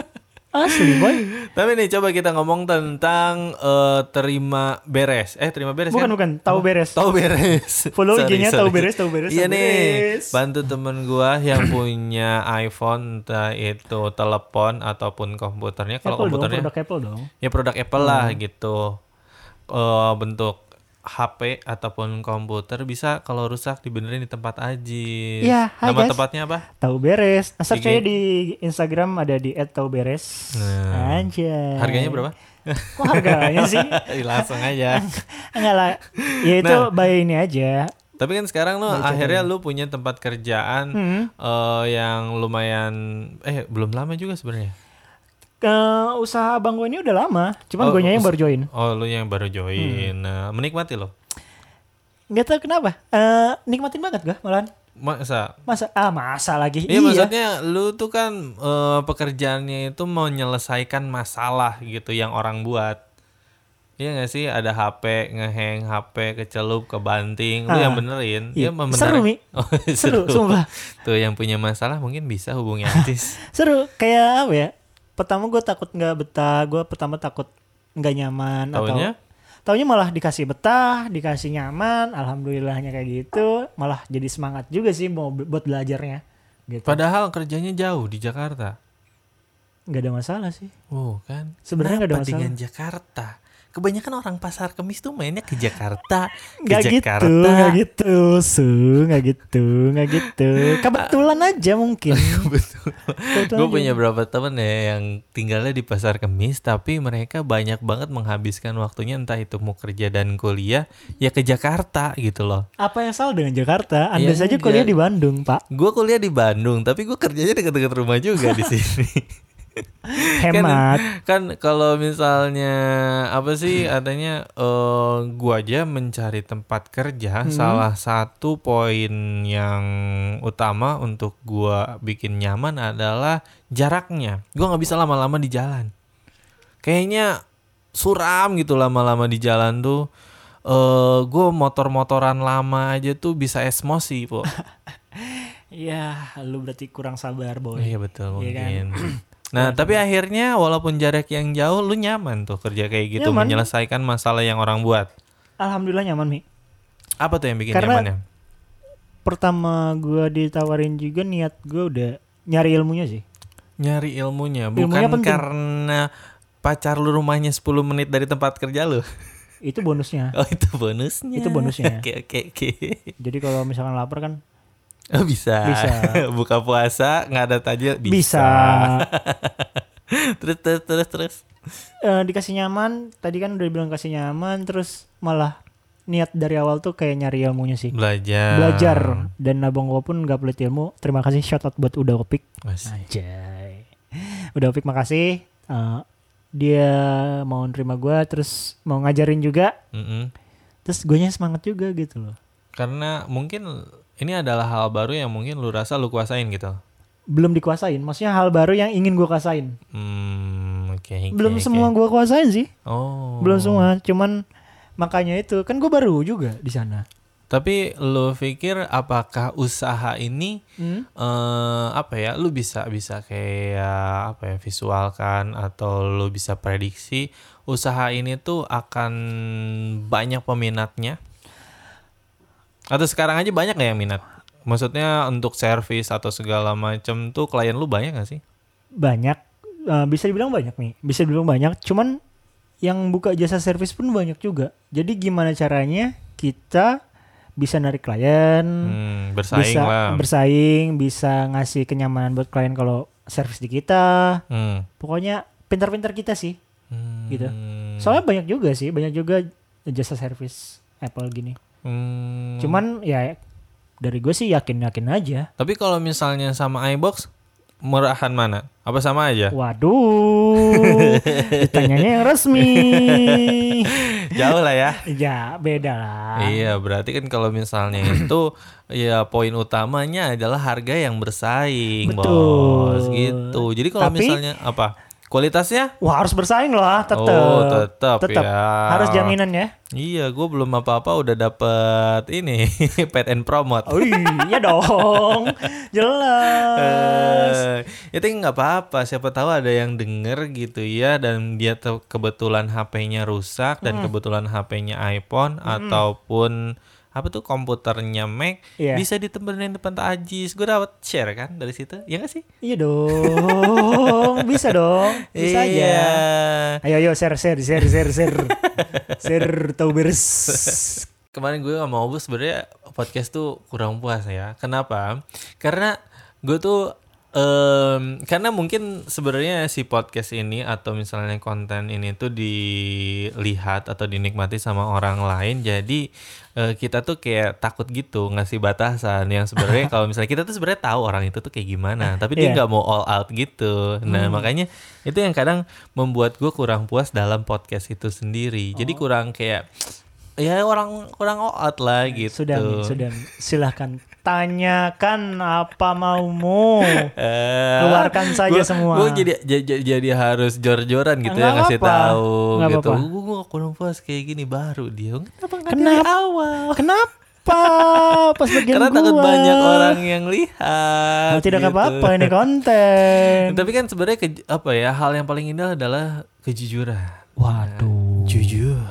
Speaker 2: asli boy
Speaker 1: Tapi nih coba kita ngomong tentang eh, terima beres. Eh terima beres
Speaker 2: bukan
Speaker 1: kan?
Speaker 2: bukan tahu beres
Speaker 1: Tahu beres.
Speaker 2: Follow
Speaker 1: Sorry,
Speaker 2: IG-nya
Speaker 1: sorry.
Speaker 2: tahu beres, tahu beres,
Speaker 1: Iya
Speaker 2: tahu
Speaker 1: nih.
Speaker 2: beres.
Speaker 1: Bantu temen gua yang punya iPhone entah itu telepon ataupun komputernya. Kalau
Speaker 2: Apple dong
Speaker 1: komputernya
Speaker 2: produk Apple dong
Speaker 1: ya produk Apple lah gitu. Eh, bentuk HP ataupun komputer bisa kalau rusak dibenerin di tempat Ajis.
Speaker 2: Iya, hai,
Speaker 1: Nama
Speaker 2: guys.
Speaker 1: tempatnya apa?
Speaker 2: tahu beres asal
Speaker 1: IG.
Speaker 2: saya di Instagram ada di @tauberes
Speaker 1: Nah.
Speaker 2: anjay
Speaker 1: Harganya berapa?
Speaker 2: kok harganya sih
Speaker 1: Langsung aja.
Speaker 2: enggak lah ya itu
Speaker 1: Nah.
Speaker 2: by ini aja
Speaker 1: Tapi kan sekarang lu akhirnya lu punya tempat kerjaan eh, yang lumayan eh belum lama juga sebenarnya.
Speaker 2: ke Eh, usaha abang gue ini udah lama cuman
Speaker 1: Oh,
Speaker 2: gue yang
Speaker 1: us-
Speaker 2: baru join
Speaker 1: Oh, lu yang baru join. Nah, menikmati lo.
Speaker 2: nggak tahu kenapa Eh, nikmatin banget gue malahan
Speaker 1: Masa
Speaker 2: masa ah masa lagi
Speaker 1: Iya, maksudnya lu tuh kan eh, pekerjaannya itu menyelesaikan masalah gitu yang orang buat. Iya gak sih ada HP ngeheng, HP kecelup, kebanting, lu
Speaker 2: Ah,
Speaker 1: yang benerin. Dia
Speaker 2: iya.
Speaker 1: membenerin.
Speaker 2: Seru, Mi.
Speaker 1: Oh,
Speaker 2: seru, sumpah
Speaker 1: Tuh yang punya masalah mungkin bisa hubungi artis.
Speaker 2: seru kayak apa ya pertama gue takut nggak betah gue pertama takut nggak nyaman
Speaker 1: Taunya?
Speaker 2: atau taunya malah dikasih betah dikasih nyaman alhamdulillahnya kayak gitu malah jadi semangat juga sih mau be- buat belajarnya gitu
Speaker 1: Padahal kerjanya jauh di Jakarta.
Speaker 2: nggak ada masalah sih
Speaker 1: Oh kan.
Speaker 2: Sebenarnya nggak ada
Speaker 1: Kenapa dengan Jakarta. Kebanyakan orang pasar kemis tuh mainnya ke Jakarta. Ke
Speaker 2: nggak gitu nggak gitu su nggak gitu nggak gitu kebetulan aja mungkin
Speaker 1: Betul.
Speaker 2: Kebetulan
Speaker 1: Gue
Speaker 2: aja.
Speaker 1: punya berapa temen ya yang tinggalnya di pasar kemis tapi mereka banyak banget menghabiskan waktunya entah itu mau kerja dan kuliah ya ke Jakarta gitu loh.
Speaker 2: apa yang salah dengan Jakarta anda
Speaker 1: Ya,
Speaker 2: saja
Speaker 1: enggak.
Speaker 2: kuliah di Bandung pak
Speaker 1: Gue kuliah di Bandung tapi gue kerjanya dekat-dekat rumah juga di sini. Kan-
Speaker 2: hemat
Speaker 1: Kan kalau misalnya apa sih adanya eh gua aja mencari tempat kerja salah satu poin yang utama untuk gua bikin nyaman adalah jaraknya. Gua nggak bisa lama-lama di jalan. Kayaknya suram gitu lama-lama di jalan tuh. Eh gua motor-motoran lama aja tuh bisa esmosi, Po.
Speaker 2: ya lu berarti kurang sabar boy
Speaker 1: Iya betul
Speaker 2: Iya kan?
Speaker 1: mungkin. Nah tapi akhirnya walaupun jarak yang jauh lu nyaman tuh kerja kayak gitu
Speaker 2: Nyaman.
Speaker 1: menyelesaikan masalah yang orang buat.
Speaker 2: alhamdulillah nyaman mi
Speaker 1: Apa tuh yang bikin
Speaker 2: Karena-
Speaker 1: nyamannya?
Speaker 2: pertama gua ditawarin juga niat gua udah nyari ilmunya sih
Speaker 1: Nyari ilmunya bukan
Speaker 2: Ilmunya penting.
Speaker 1: karena pacar lu rumahnya 10 menit dari tempat kerja lu.
Speaker 2: itu bonusnya
Speaker 1: Oh itu bonusnya.
Speaker 2: Itu bonusnya.
Speaker 1: Oke oke oke.
Speaker 2: jadi kalau misalkan lapar kan
Speaker 1: Oh, bisa.
Speaker 2: Bisa.
Speaker 1: Buka puasa nggak ada tajil
Speaker 2: bisa,
Speaker 1: bisa. terus terus terus terus.
Speaker 2: Eh, dikasih nyaman tadi kan udah bilang kasih nyaman terus malah niat dari awal tuh kayak nyari ilmunya
Speaker 1: Nah.
Speaker 2: sih
Speaker 1: Belajar.
Speaker 2: belajar dan abang gua pun gak pelit ilmu terima kasih shout out buat udah opik
Speaker 1: Masih.
Speaker 2: Anjay. Udah Opik makasih. Eh, dia mau nerima gua terus mau ngajarin juga.
Speaker 1: Mm-mm.
Speaker 2: Terus guanya semangat juga gitu loh.
Speaker 1: Karena mungkin ini adalah hal baru yang mungkin lu rasa lu kuasain gitu.
Speaker 2: Belum dikuasain. Maksudnya hal baru yang ingin gua kuasain.
Speaker 1: Hmm, oke. oke,
Speaker 2: Belum
Speaker 1: oke.
Speaker 2: semua gua kuasain sih.
Speaker 1: Oh.
Speaker 2: Belum semua. Cuman makanya itu. Kan gua baru juga di sana.
Speaker 1: Tapi lu pikir apakah usaha ini
Speaker 2: Hmm?
Speaker 1: eh apa ya? Lu bisa bisa kayak apa ya visualkan atau lu bisa prediksi usaha ini tuh akan banyak peminatnya? Atau sekarang aja banyak nggak yang minat? Maksudnya untuk servis atau segala macam tuh klien lu banyak gak sih?
Speaker 2: Banyak. Eh, bisa dibilang banyak nih. Bisa dibilang banyak. Cuman yang buka jasa servis pun banyak juga. Jadi gimana caranya kita bisa narik klien.
Speaker 1: Hmm, bersaing
Speaker 2: bisa
Speaker 1: lah.
Speaker 2: bersaing, bisa ngasih kenyamanan buat klien kalau servis di kita.
Speaker 1: Hmm.
Speaker 2: Pokoknya pintar-pintar kita sih.
Speaker 1: Hmm.
Speaker 2: Gitu. Soalnya banyak juga sih, banyak juga jasa servis Apple gini.
Speaker 1: Hmm.
Speaker 2: Cuman ya dari gue sih yakin-yakin aja.
Speaker 1: Tapi kalau misalnya sama iBox murahan mana? Apa sama aja?
Speaker 2: Waduh, ditanyanya yang resmi.
Speaker 1: Jauh lah ya.
Speaker 2: Ya beda lah.
Speaker 1: Iya, berarti kan kalau misalnya itu ya poin utamanya adalah harga yang bersaing,
Speaker 2: Betul.
Speaker 1: Bos. Gitu. Jadi kalau
Speaker 2: Tapi-
Speaker 1: misalnya apa? Kualitasnya?
Speaker 2: Wah harus bersaing loh ah, tetep.
Speaker 1: Oh, tetep
Speaker 2: Tetep.
Speaker 1: ya.
Speaker 2: Harus jaminan ya.
Speaker 1: Iya, gue belum apa-apa udah dapet ini pet and promote.
Speaker 2: Oh iya dong. Jelas.
Speaker 1: Eh, ya tapi nggak apa-apa siapa tahu ada yang denger gitu ya dan dia tuh kebetulan HP-nya rusak dan kebetulan HP-nya iPhone ataupun apa tuh komputernya Mac
Speaker 2: Iya.
Speaker 1: bisa ditemenin depan Pak Ajis gue dapat share kan dari situ ya gak sih
Speaker 2: Iya dong. Bisa dong. Bisa
Speaker 1: iya.
Speaker 2: aja. Ayo ayo share share share share share. share taubers.
Speaker 1: kemarin gue sama Obus sebenarnya podcast tuh kurang puas ya kenapa karena gue tuh em, karena mungkin sebenarnya si podcast ini atau misalnya konten ini tuh dilihat atau dinikmati sama orang lain jadi eh, kita tuh kayak takut gitu ngasih batasan yang sebenarnya kalau misalnya kita tuh sebenarnya tahu orang itu tuh kayak gimana tapi dia
Speaker 2: Iya.
Speaker 1: nggak mau all out gitu nah makanya itu yang kadang membuat gue kurang puas dalam podcast itu sendiri jadi kurang kayak ya orang kurang all out lah gitu
Speaker 2: Nah, Sudah Mi, sudah. Mi. Silahkan tanyakan apa maumu.
Speaker 1: Eh,
Speaker 2: Keluarkan saja semua.
Speaker 1: Gue jadi ja- ja- jadi harus jor-joran gitu ya
Speaker 2: Nggak
Speaker 1: ngasih
Speaker 2: apa-apa.
Speaker 1: tahu
Speaker 2: Nggak
Speaker 1: gitu.
Speaker 2: apa-apa.
Speaker 1: Gue gue kurang puas kayak gini baru dia. Kenapa nggak
Speaker 2: Kenapa?
Speaker 1: dari awal?
Speaker 2: Kenapa? Pas bagian
Speaker 1: Karena
Speaker 2: gua.
Speaker 1: takut banyak orang yang lihat.
Speaker 2: Oh, tidak
Speaker 1: gitu.
Speaker 2: apa-apa ini konten.
Speaker 1: Tapi kan sebenarnya ke- apa ya hal yang paling indah adalah kejujuran.
Speaker 2: Waduh.
Speaker 1: Jujur.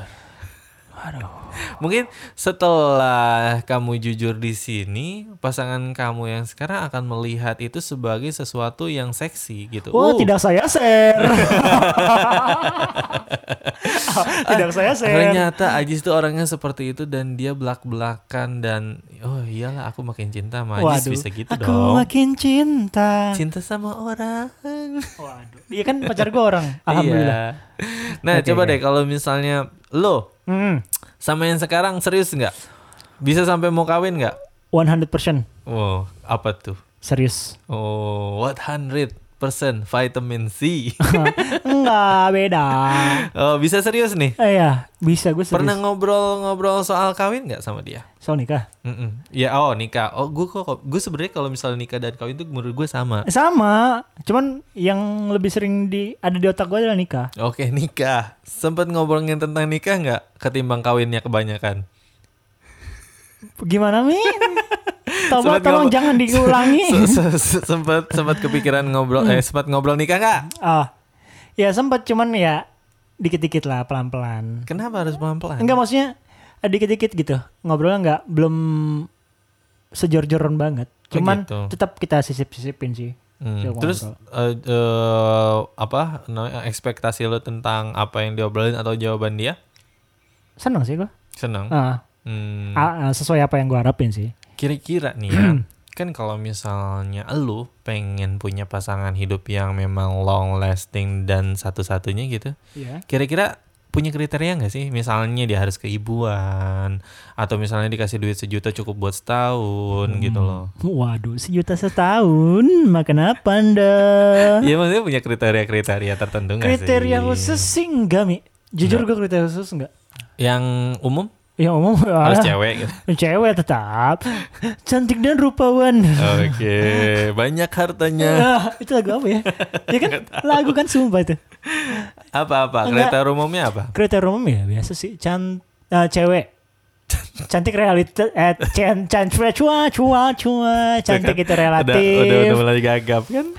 Speaker 1: Mungkin setelah kamu jujur di sini, pasangan kamu yang sekarang akan melihat itu sebagai sesuatu yang seksi gitu. Uh,
Speaker 2: Wah, Oh, tidak saya share. tidak saya share.
Speaker 1: Ternyata Ajis tuh orangnya seperti itu dan dia belak-belakan dan oh iyalah aku makin cinta sama Ajis bisa gitu
Speaker 2: aku
Speaker 1: dong.
Speaker 2: makin cinta.
Speaker 1: Cinta sama orang.
Speaker 2: Waduh. Iya kan pacar gue orang. Alhamdulillah.
Speaker 1: Iya. Nah,
Speaker 2: Oke,
Speaker 1: coba
Speaker 2: oke.
Speaker 1: deh kalau misalnya lo
Speaker 2: Hmm,
Speaker 1: sama yang sekarang serius nggak? Bisa sampai mau kawin nggak?
Speaker 2: 100%
Speaker 1: Wow, apa tuh?
Speaker 2: serius.
Speaker 1: Oh, 100% vitamin C.
Speaker 2: Enggak beda.
Speaker 1: oh, bisa serius nih.
Speaker 2: Eh, ya, bisa gue serius.
Speaker 1: Pernah ngobrol-ngobrol soal kawin nggak sama dia?
Speaker 2: soal nikah.
Speaker 1: Mm-mm. Ya oh nikah. Oh gue kok gue sebenarnya kalau misalnya nikah dan kawin tuh menurut gue sama.
Speaker 2: Eh, Sama, cuman yang lebih sering di ada di otak gue adalah nikah.
Speaker 1: Oke nikah. Sempet ngobrolin tentang nikah nggak ketimbang kawinnya kebanyakan.
Speaker 2: Gimana Mi? Tolong
Speaker 1: Sobat
Speaker 2: tolong
Speaker 1: ngomong-
Speaker 2: jangan diulangi.
Speaker 1: Se- se- se- sempet sempet kepikiran ngobrol eh sempat ngobrol nikah nggak?
Speaker 2: Ah, ya sempat cuman ya dikit-dikit lah pelan-pelan.
Speaker 1: Kenapa harus pelan pelan?
Speaker 2: Enggak maksudnya eh, dikit-dikit gitu. Ngobrolnya enggak belum sejor-joron banget.
Speaker 1: Oh,
Speaker 2: Cuman
Speaker 1: gitu.
Speaker 2: tetap kita sisip-sisipin sih. Coba
Speaker 1: Hmm. Terus
Speaker 2: ngobrol.
Speaker 1: eh, eh, apa namanya, ekspektasi lo tentang apa yang diobrolin atau jawaban dia?
Speaker 2: seneng sih gua.
Speaker 1: Seneng.
Speaker 2: Ah,
Speaker 1: Hmm.
Speaker 2: ah, ah, sesuai apa yang gua harapin sih.
Speaker 1: Kira-kira nih ya,
Speaker 2: Hmm.
Speaker 1: kan kalau misalnya lu pengen punya pasangan hidup yang memang long lasting dan satu-satunya gitu,
Speaker 2: Iya.
Speaker 1: kira-kira punya kriteria nggak sih? Misalnya dia harus keibuan, atau misalnya dikasih duit sejuta cukup buat setahun
Speaker 2: Hmm.
Speaker 1: gitu loh.
Speaker 2: Waduh, sejuta setahun. Makan apa Anda?
Speaker 1: Iya maksudnya punya kriteria-kriteria tertentu nggak sih?
Speaker 2: kriteria khusus sih enggak, Mi. Jujur gua kriteria khusus enggak.
Speaker 1: Yang umum
Speaker 2: Ya umum
Speaker 1: harus
Speaker 2: ah,
Speaker 1: cewek gitu.
Speaker 2: cewek tetap cantik dan rupawan.
Speaker 1: Oke, banyak hartanya.
Speaker 2: Ah, itu lagu apa ya? Ya kan lagu kan sumpah itu.
Speaker 1: Apa-apa?
Speaker 2: Enggak.
Speaker 1: Kriteria umumnya apa?
Speaker 2: Kriteria umum ya biasa sih. Can eh, cewek cantik realita eh can can cua cua cua cua cantik itu
Speaker 1: Udah, udah, udah
Speaker 2: relatif
Speaker 1: mulai gagap kan?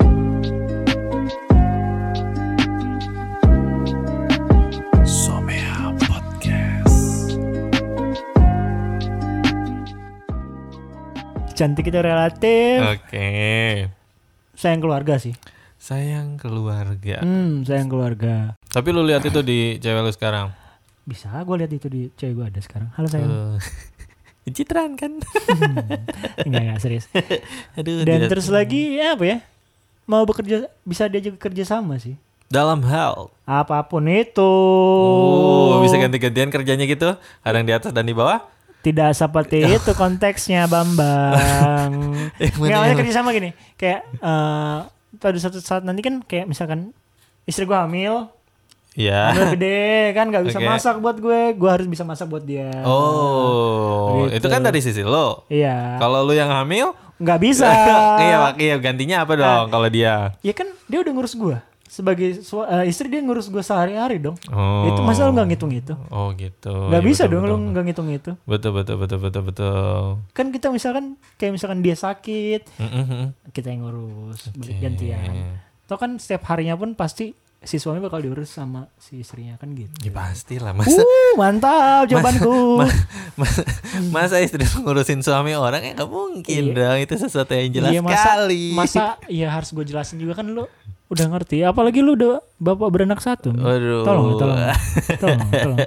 Speaker 3: Somea Podcast.
Speaker 2: cantik itu relatif
Speaker 1: Oke.
Speaker 2: sayang keluarga sih
Speaker 1: Sayang keluarga.
Speaker 2: hmm sayang keluarga
Speaker 1: Tapi lu lihat itu di cewek lu sekarang.
Speaker 2: bisa gue lihat itu di cewek gue ada sekarang halo sayang
Speaker 1: Eh, Citraan kan.
Speaker 2: enggak enggak serius
Speaker 1: Aduh.
Speaker 2: dan
Speaker 1: tidak-
Speaker 2: terus lagi ya apa ya mau bekerja bisa diajak kerja sama sih
Speaker 1: dalam hal.
Speaker 2: apapun itu
Speaker 1: Oh, bisa ganti-gantian kerjanya gitu. Kadang di atas dan di bawah.
Speaker 2: Tidak seperti itu konteksnya Bambang.
Speaker 1: Yang mana
Speaker 2: Nggak maksudnya
Speaker 1: yang-
Speaker 2: kerja sama gini. Kayak eh pada satu saat nanti kan kayak misalkan istri gua hamil,
Speaker 1: Ya.
Speaker 2: Hamil gede kan nggak bisa
Speaker 1: Oke.
Speaker 2: masak buat gue, gue harus bisa masak buat dia.
Speaker 1: Oh,
Speaker 2: Gitu.
Speaker 1: itu kan dari sisi lo.
Speaker 2: Iya.
Speaker 1: Kalau lu yang hamil,
Speaker 2: Nggak bisa.
Speaker 1: iya, Pak, iya gantinya apa dong kalau dia?
Speaker 2: Ya kan dia udah ngurus gue sebagai sua- eh, istri dia ngurus gue sehari-hari dong.
Speaker 1: Oh.
Speaker 2: Itu masa lu nggak ngitung itu?
Speaker 1: Oh, gitu.
Speaker 2: Nggak
Speaker 1: Iya,
Speaker 2: bisa
Speaker 1: betul,
Speaker 2: dong lu
Speaker 1: betul.
Speaker 2: nggak ngitung itu.
Speaker 1: Betul betul betul betul betul.
Speaker 2: Kan kita misalkan kayak misalkan dia sakit,
Speaker 1: Mm-mm.
Speaker 2: kita yang ngurus
Speaker 1: Oke.
Speaker 2: gantian. Toh kan setiap harinya pun pasti si suami bakal diurus sama si istrinya kan gitu.
Speaker 1: Ya pasti lah masa
Speaker 2: Uh, mantap jawabanku.
Speaker 1: ma- ma- masa istri lu ngurusin suami orang ya nggak mungkin
Speaker 2: Iya.
Speaker 1: dong itu sesuatu yang jelas
Speaker 2: Iya, masa,
Speaker 1: sekali.
Speaker 2: Masa ya harus gue jelasin juga kan lu udah ngerti. Apalagi lu udah bapak beranak satu.
Speaker 1: Waduh.
Speaker 2: Tolong, tolong, tolong, tolong.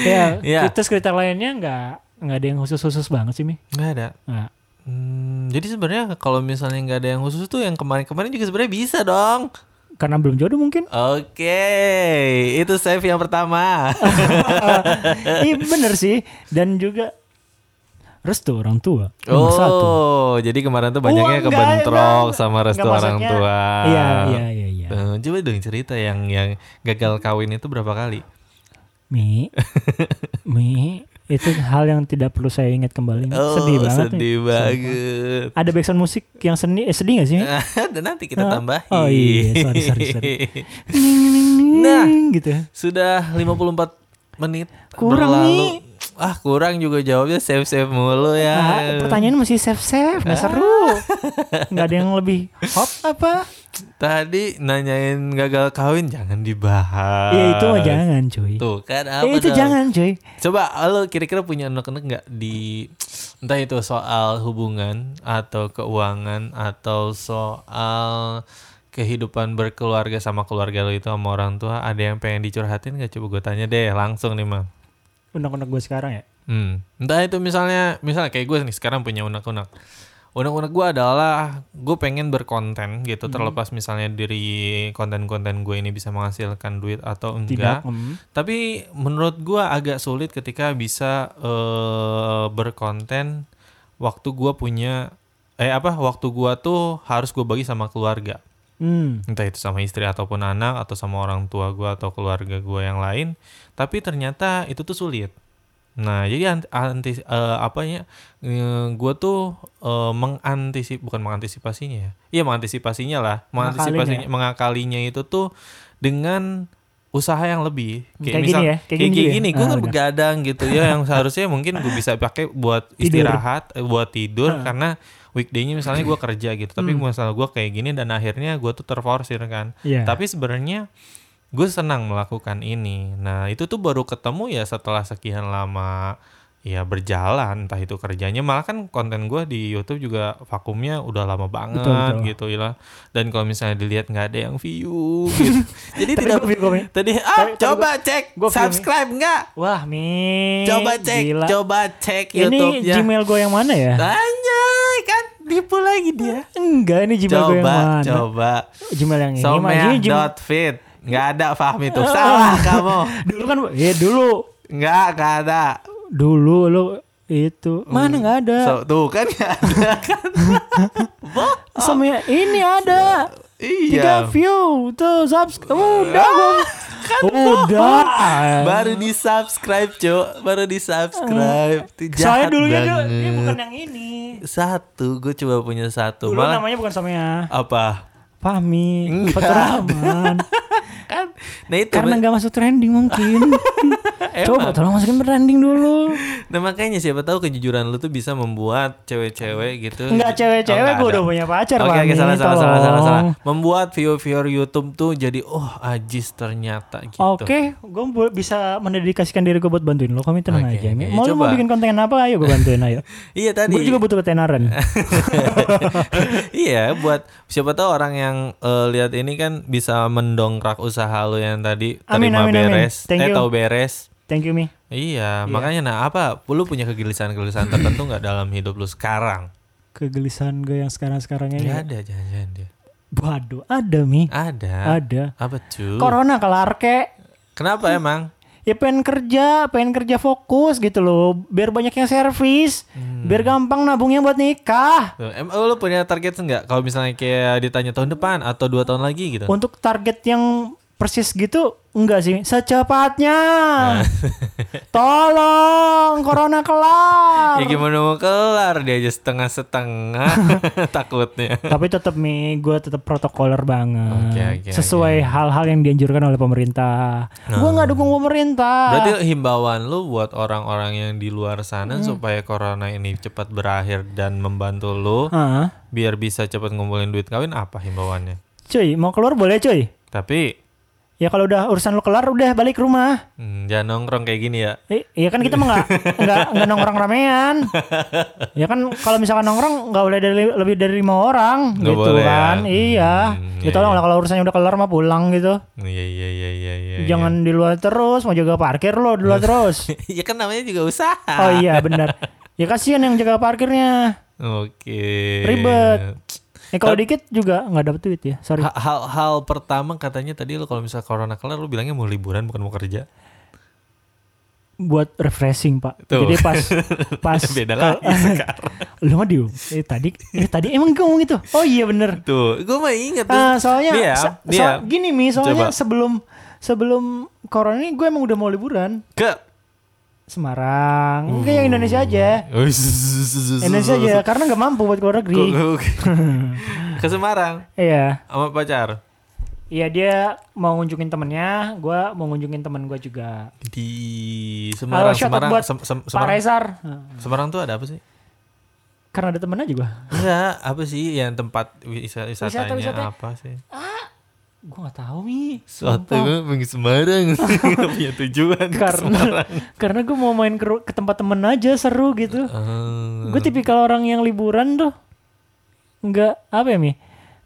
Speaker 2: Ya,
Speaker 1: Iya.
Speaker 2: kita cerita lainnya nggak nggak ada yang khusus-khusus banget sih mi.
Speaker 1: Nggak ada.
Speaker 2: Nah,
Speaker 1: Hmm, jadi sebenarnya kalau misalnya nggak ada yang khusus tuh yang kemarin-kemarin juga sebenarnya bisa dong.
Speaker 2: karena belum jodoh mungkin.
Speaker 1: Oke, itu save yang pertama.
Speaker 2: Iya bener sih. Dan juga restu orang tua. nomor satu.
Speaker 1: oh, jadi kemarin tuh
Speaker 2: Oh,
Speaker 1: banyaknya
Speaker 2: enggak,
Speaker 1: kebentrok
Speaker 2: enggak.
Speaker 1: sama restu
Speaker 2: Enggak,
Speaker 1: orang
Speaker 2: maksudnya-
Speaker 1: tua.
Speaker 2: Iya, iya, iya, iya.
Speaker 1: Eh, coba dong cerita yang yang gagal kawin itu berapa kali?
Speaker 2: Mi, mi itu hal yang tidak perlu saya ingat kembali. Mi. sedih banget. Mi.
Speaker 1: Oh, Sedih banget.
Speaker 2: Ada background musik yang seni, eh, sedih gak sih? Mi?
Speaker 1: Nah. Dan nanti kita
Speaker 2: Oh,
Speaker 1: tambahin.
Speaker 2: oh iya, sorry, sorry, sorry.
Speaker 1: Nah.
Speaker 2: gitu.
Speaker 1: Sudah 54 menit
Speaker 2: Kurang
Speaker 1: berlalu.
Speaker 2: nih.
Speaker 1: Ah, kurang juga jawabnya save-save mulu ya.
Speaker 2: Ah, pertanyaan masih safe safe,
Speaker 1: Eh.
Speaker 2: nggak seru, nggak ada yang lebih hot apa?
Speaker 1: Tadi nanyain gagal kawin jangan dibahas.
Speaker 2: ya itu mah jangan cuy.
Speaker 1: Tuh kan Eh. apa
Speaker 2: Eh, itu
Speaker 1: dong?
Speaker 2: jangan cuy.
Speaker 1: Coba lo kira-kira punya anak-anak nggak di entah itu soal hubungan atau keuangan atau soal kehidupan berkeluarga sama keluarga lo itu sama orang tua ada yang pengen dicurhatin nggak coba gue tanya deh langsung nih mam.
Speaker 2: Undang-undang gue sekarang ya.
Speaker 1: Hmm. Entah itu misalnya misalnya kayak gue nih sekarang punya unek-unek. Unek-unek gue adalah gue pengen berkonten gitu terlepas misalnya dari konten-konten gue ini bisa menghasilkan duit atau enggak.
Speaker 2: Tidak. hmm.
Speaker 1: Tapi menurut gua agak sulit ketika bisa eh, berkonten waktu gua punya eh apa waktu gua tuh harus gue bagi sama keluarga.
Speaker 2: Hmm.
Speaker 1: Entah itu sama istri ataupun anak atau sama orang tua gua atau keluarga gua yang lain. Tapi ternyata itu tuh sulit. Nah, jadi ant- anti eh, apanya eh, gua tuh eh, mengantisip bukan mengantisipasinya ya. Iya, mengantisipasinya lah. Mengantisipasinya mengakalinya itu tuh dengan usaha yang lebih.
Speaker 2: Kayak gini ya, kayak
Speaker 1: kayak kayak
Speaker 2: gini
Speaker 1: gini,
Speaker 2: ya?
Speaker 1: gue
Speaker 2: Ah,
Speaker 1: kan
Speaker 2: benar.
Speaker 1: begadang gitu ya yang seharusnya mungkin gue bisa pakai buat
Speaker 2: Tidur. Ah.
Speaker 1: istirahat, eh, buat tidur karena weekday-nya misalnya gue kerja gitu, tapi
Speaker 2: Hmm.
Speaker 1: masalah gue kayak gini dan akhirnya gue tuh terforsir kan.
Speaker 2: Iya.
Speaker 1: Tapi sebenarnya gue senang melakukan ini. Nah itu tuh baru ketemu ya setelah sekian lama ya berjalan, entah itu kerjanya. Malah kan konten gue di YouTube juga vakumnya udah lama banget
Speaker 2: betul.
Speaker 1: gitu ya. Dan kalau misalnya dilihat nggak ada yang view gitu. Jadi
Speaker 2: Tapi
Speaker 1: tidak
Speaker 2: gua view, Bang.
Speaker 1: Tadi ah
Speaker 2: Tapi- tapi
Speaker 1: coba cek
Speaker 2: gua view,
Speaker 1: subscribe nggak?
Speaker 2: Wah mi.
Speaker 1: Coba cek,
Speaker 2: Gila.
Speaker 1: coba cek
Speaker 2: Ini
Speaker 1: YouTube-nya.
Speaker 2: Gmail gue yang mana ya?
Speaker 1: Anjay, kan nipu lagi dia.
Speaker 2: Enggak, ini Gmail gue yang
Speaker 1: Coba,
Speaker 2: mana?
Speaker 1: coba.
Speaker 2: Gmail yang ini.
Speaker 1: Somea
Speaker 2: Ini Gmail-
Speaker 1: dot fit. Nggak ada Fahmi tuh. Salah kamu.
Speaker 2: Dulu kan, ya dulu,
Speaker 1: Nggak, nggak ada.
Speaker 2: dulu lo
Speaker 1: Oh,
Speaker 2: itu mana nggak ada?
Speaker 1: So, tuh kan nggak ada kan.
Speaker 2: Sama ya, ini ada.
Speaker 1: iya.
Speaker 2: Tiga view tuh subscribe. Udah gua. Kan Udah.
Speaker 1: Baru di subscribe cok Baru di subscribe
Speaker 2: Soalnya dulunya dia,
Speaker 1: banget.
Speaker 2: dia bukan yang ini.
Speaker 1: Satu Gue coba punya satu
Speaker 2: Dulu
Speaker 1: Malah
Speaker 2: namanya bukan sama ya.
Speaker 1: Apa
Speaker 2: Fahmi,
Speaker 1: Enggak.
Speaker 2: Faturahman.
Speaker 1: kan nah itu
Speaker 2: Karena
Speaker 1: Mas.
Speaker 2: nggak masuk trending mungkin. Coba tolong masukin trending dulu.
Speaker 1: nah makanya siapa tahu kejujuran lu tuh bisa membuat cewek-cewek gitu
Speaker 2: Enggak cewek-cewek
Speaker 1: Oh,
Speaker 2: gue
Speaker 1: ada.
Speaker 2: udah punya pacar,
Speaker 1: Oke,
Speaker 2: Fahmi.
Speaker 1: oke, salah, salah, salah, salah, salah. Gitu.
Speaker 2: tolong.
Speaker 1: Membuat viewer-viewer YouTube tuh jadi, oh, ajis ternyata gitu.
Speaker 2: Oke, gue bisa mendedikasikan diri gue buat bantuin lo. Kami tenang
Speaker 1: Oke,
Speaker 2: aja. Mi.
Speaker 1: oke,
Speaker 2: Mau lo mau
Speaker 1: coba.
Speaker 2: bikin konten apa? Ayo gue bantuin. Ayo.
Speaker 1: Iya tadi.
Speaker 2: gue juga butuh ketenaran.
Speaker 1: iya, buat siapa tahu orang yang eh, lihat ini kan bisa mendongkrak usaha lu yang tadi
Speaker 2: Amin,
Speaker 1: terima
Speaker 2: amin, amin.
Speaker 1: beres,
Speaker 2: Thank
Speaker 1: eh,
Speaker 2: you.
Speaker 1: tahu beres.
Speaker 2: Thank you mi.
Speaker 1: Iya, makanya nah apa? Lu punya kegelisahan-kegelisahan tertentu nggak dalam hidup lu sekarang?
Speaker 2: Kegelisahan gue yang sekarang-sekarang ini.
Speaker 1: Nggak ada jangan-jangan dia.
Speaker 2: Waduh, ada mi.
Speaker 1: Ada.
Speaker 2: Ada.
Speaker 1: Apa tuh?
Speaker 2: Corona kelar kek.
Speaker 1: Kenapa emang?
Speaker 2: Ya pengen kerja, pengen kerja fokus gitu loh. Biar banyak yang servis,
Speaker 1: Hmm.
Speaker 2: biar gampang nabungnya buat nikah.
Speaker 1: Tuh, em eh, lu punya target nggak? Kalau misalnya kayak ditanya tahun depan atau dua tahun lagi gitu?
Speaker 2: Untuk target yang persis gitu enggak sih secepatnya
Speaker 1: Ya.
Speaker 2: tolong corona kelar
Speaker 1: Ya gimana mau kelar dia aja setengah-setengah takutnya.
Speaker 2: tapi tetap mi gue tetap protokoler banget
Speaker 1: Ya. Oke, oke, Nah.
Speaker 2: sesuai hal-hal yang dianjurkan oleh pemerintah Gua gue nggak dukung pemerintah
Speaker 1: Berarti himbauan lu buat orang-orang yang di luar
Speaker 2: Hmm.
Speaker 1: sana supaya corona ini cepat berakhir dan membantu lu
Speaker 2: Hah?
Speaker 1: biar bisa cepat ngumpulin duit kawin apa himbauannya?
Speaker 2: cuy mau keluar boleh cuy
Speaker 1: Tapi
Speaker 2: ya kalau udah urusan lo kelar udah balik rumah
Speaker 1: hmm, jangan nongkrong kayak gini ya.
Speaker 2: Eh, Iya kan kita mah nggak nggak nggak nongkrong ramean. Ya kan kalau misalkan nongkrong nggak boleh dari lebih dari lima orang
Speaker 1: Nggak
Speaker 2: gitu
Speaker 1: boleh ya.
Speaker 2: kan.
Speaker 1: Hmm,
Speaker 2: Iya.
Speaker 1: iya,
Speaker 2: Ya tolong lah kalau urusannya udah kelar mah pulang gitu.
Speaker 1: Iya iya iya iya iya.
Speaker 2: Jangan di luar terus, mau jaga parkir lo di luar terus.
Speaker 1: ya kan namanya juga usaha.
Speaker 2: Oh iya benar. Ya kasihan yang jaga parkirnya.
Speaker 1: Oke.
Speaker 2: Ribet. Ya kalau dikit juga nggak dapet duit ya. Sorry.
Speaker 1: Ha- Hal hal pertama katanya tadi lu kalau misalnya corona kelar lu bilangnya mau liburan bukan mau kerja.
Speaker 2: Buat refreshing pak.
Speaker 1: Tuh.
Speaker 2: Jadi pas pas
Speaker 1: Beda lagi sekarang.
Speaker 2: Lu mah diu. Eh tadi eh tadi emang gue ngomong gitu. Oh iya bener.
Speaker 1: Tuh, gue mah inget tuh.
Speaker 2: Ah, soalnya
Speaker 1: dia,
Speaker 2: so- so-
Speaker 1: dia
Speaker 2: gini mi,
Speaker 1: Iya,
Speaker 2: soalnya
Speaker 1: Coba.
Speaker 2: sebelum sebelum corona ini gue emang udah mau liburan
Speaker 1: ke
Speaker 2: Semarang, enggak
Speaker 1: Uh.
Speaker 2: yang Indonesia aja, Indonesia aja karena nggak mampu buat keluar
Speaker 1: Ke-
Speaker 2: negeri.
Speaker 1: ke- ke- ke Semarang
Speaker 2: Iya,
Speaker 1: sama pacar
Speaker 2: iya dia mau ngunjungin temennya, gue mau ngunjungin temen gue juga.
Speaker 1: di
Speaker 2: Halo,
Speaker 1: Semarang
Speaker 2: shout out
Speaker 1: Semarang
Speaker 2: buat
Speaker 1: Sem- Sem-
Speaker 2: Pak
Speaker 1: Semarang
Speaker 2: Rezar.
Speaker 1: Semarang tuh ada apa sih?
Speaker 2: Karena ada temennya juga.
Speaker 1: Enggak, apa sih yang tempat wisa- wisatanya
Speaker 2: Wisata-wisata.
Speaker 1: apa sih?
Speaker 2: Gue nggak tahu mi.
Speaker 1: Suatu
Speaker 2: Sumpah.
Speaker 1: gue pergi Semarang Nggak punya tujuan ke
Speaker 2: Karena
Speaker 1: Semarang.
Speaker 2: karena gue mau main ke, ru- ke tempat temen aja seru gitu.
Speaker 1: Ah,
Speaker 2: gue tipikal orang yang liburan tuh nggak apa ya mi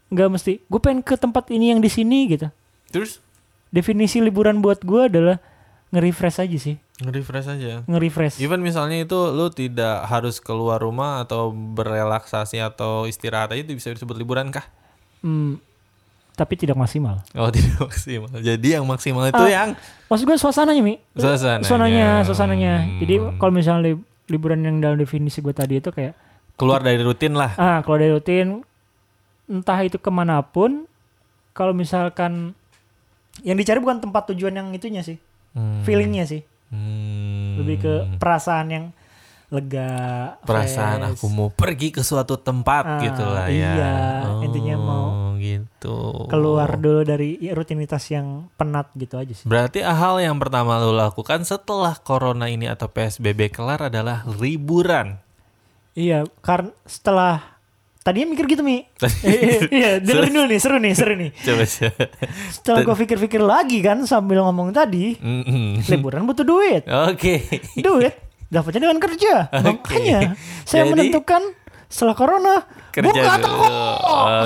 Speaker 2: nggak mesti gue pengen ke tempat ini yang di sini gitu
Speaker 1: terus
Speaker 2: definisi liburan buat gue adalah nge-refresh aja sih
Speaker 1: nge-refresh aja.
Speaker 2: nge-refresh
Speaker 1: Even misalnya itu lu tidak harus keluar rumah atau berelaksasi atau istirahat aja itu bisa disebut liburan kah?
Speaker 2: Hmm, tapi tidak maksimal
Speaker 1: Oh tidak maksimal. Jadi yang maksimal itu
Speaker 2: Ah,
Speaker 1: yang
Speaker 2: maksud gue suasananya mi
Speaker 1: Suasananya.
Speaker 2: suasananya suasananya.
Speaker 1: Hmm.
Speaker 2: jadi kalau misalnya lib- liburan yang dalam definisi gue tadi itu kayak
Speaker 1: keluar dari rutin lah.
Speaker 2: ah kalau dari rutin entah itu kemanapun kalau misalkan yang dicari bukan tempat tujuan yang itunya sih feelingnya sih
Speaker 1: Hmm.
Speaker 2: lebih ke perasaan yang lega
Speaker 1: perasaan
Speaker 2: fresh.
Speaker 1: aku mau pergi ke suatu tempat
Speaker 2: Ah,
Speaker 1: gitu lah ya.
Speaker 2: iya, intinya mau
Speaker 1: Oh, gitu.
Speaker 2: keluar dulu dari ya, rutinitas yang penat gitu aja sih
Speaker 1: Berarti hal yang pertama lo lakukan setelah corona ini atau PSBB kelar adalah liburan.
Speaker 2: iya karena setelah tadinya mikir gitu mi iya dengerin dulu nih seru nih seru nih
Speaker 1: Coba sih.
Speaker 2: setelah gue pikir-pikir lagi kan sambil ngomong tadi
Speaker 1: Hmm. Mm-mm.
Speaker 2: liburan butuh duit
Speaker 1: Oke.
Speaker 2: duit dapatnya dengan kerja makanya saya
Speaker 1: Jadi-
Speaker 2: menentukan setelah corona
Speaker 1: Kerja
Speaker 2: buka
Speaker 1: dulu.
Speaker 2: toko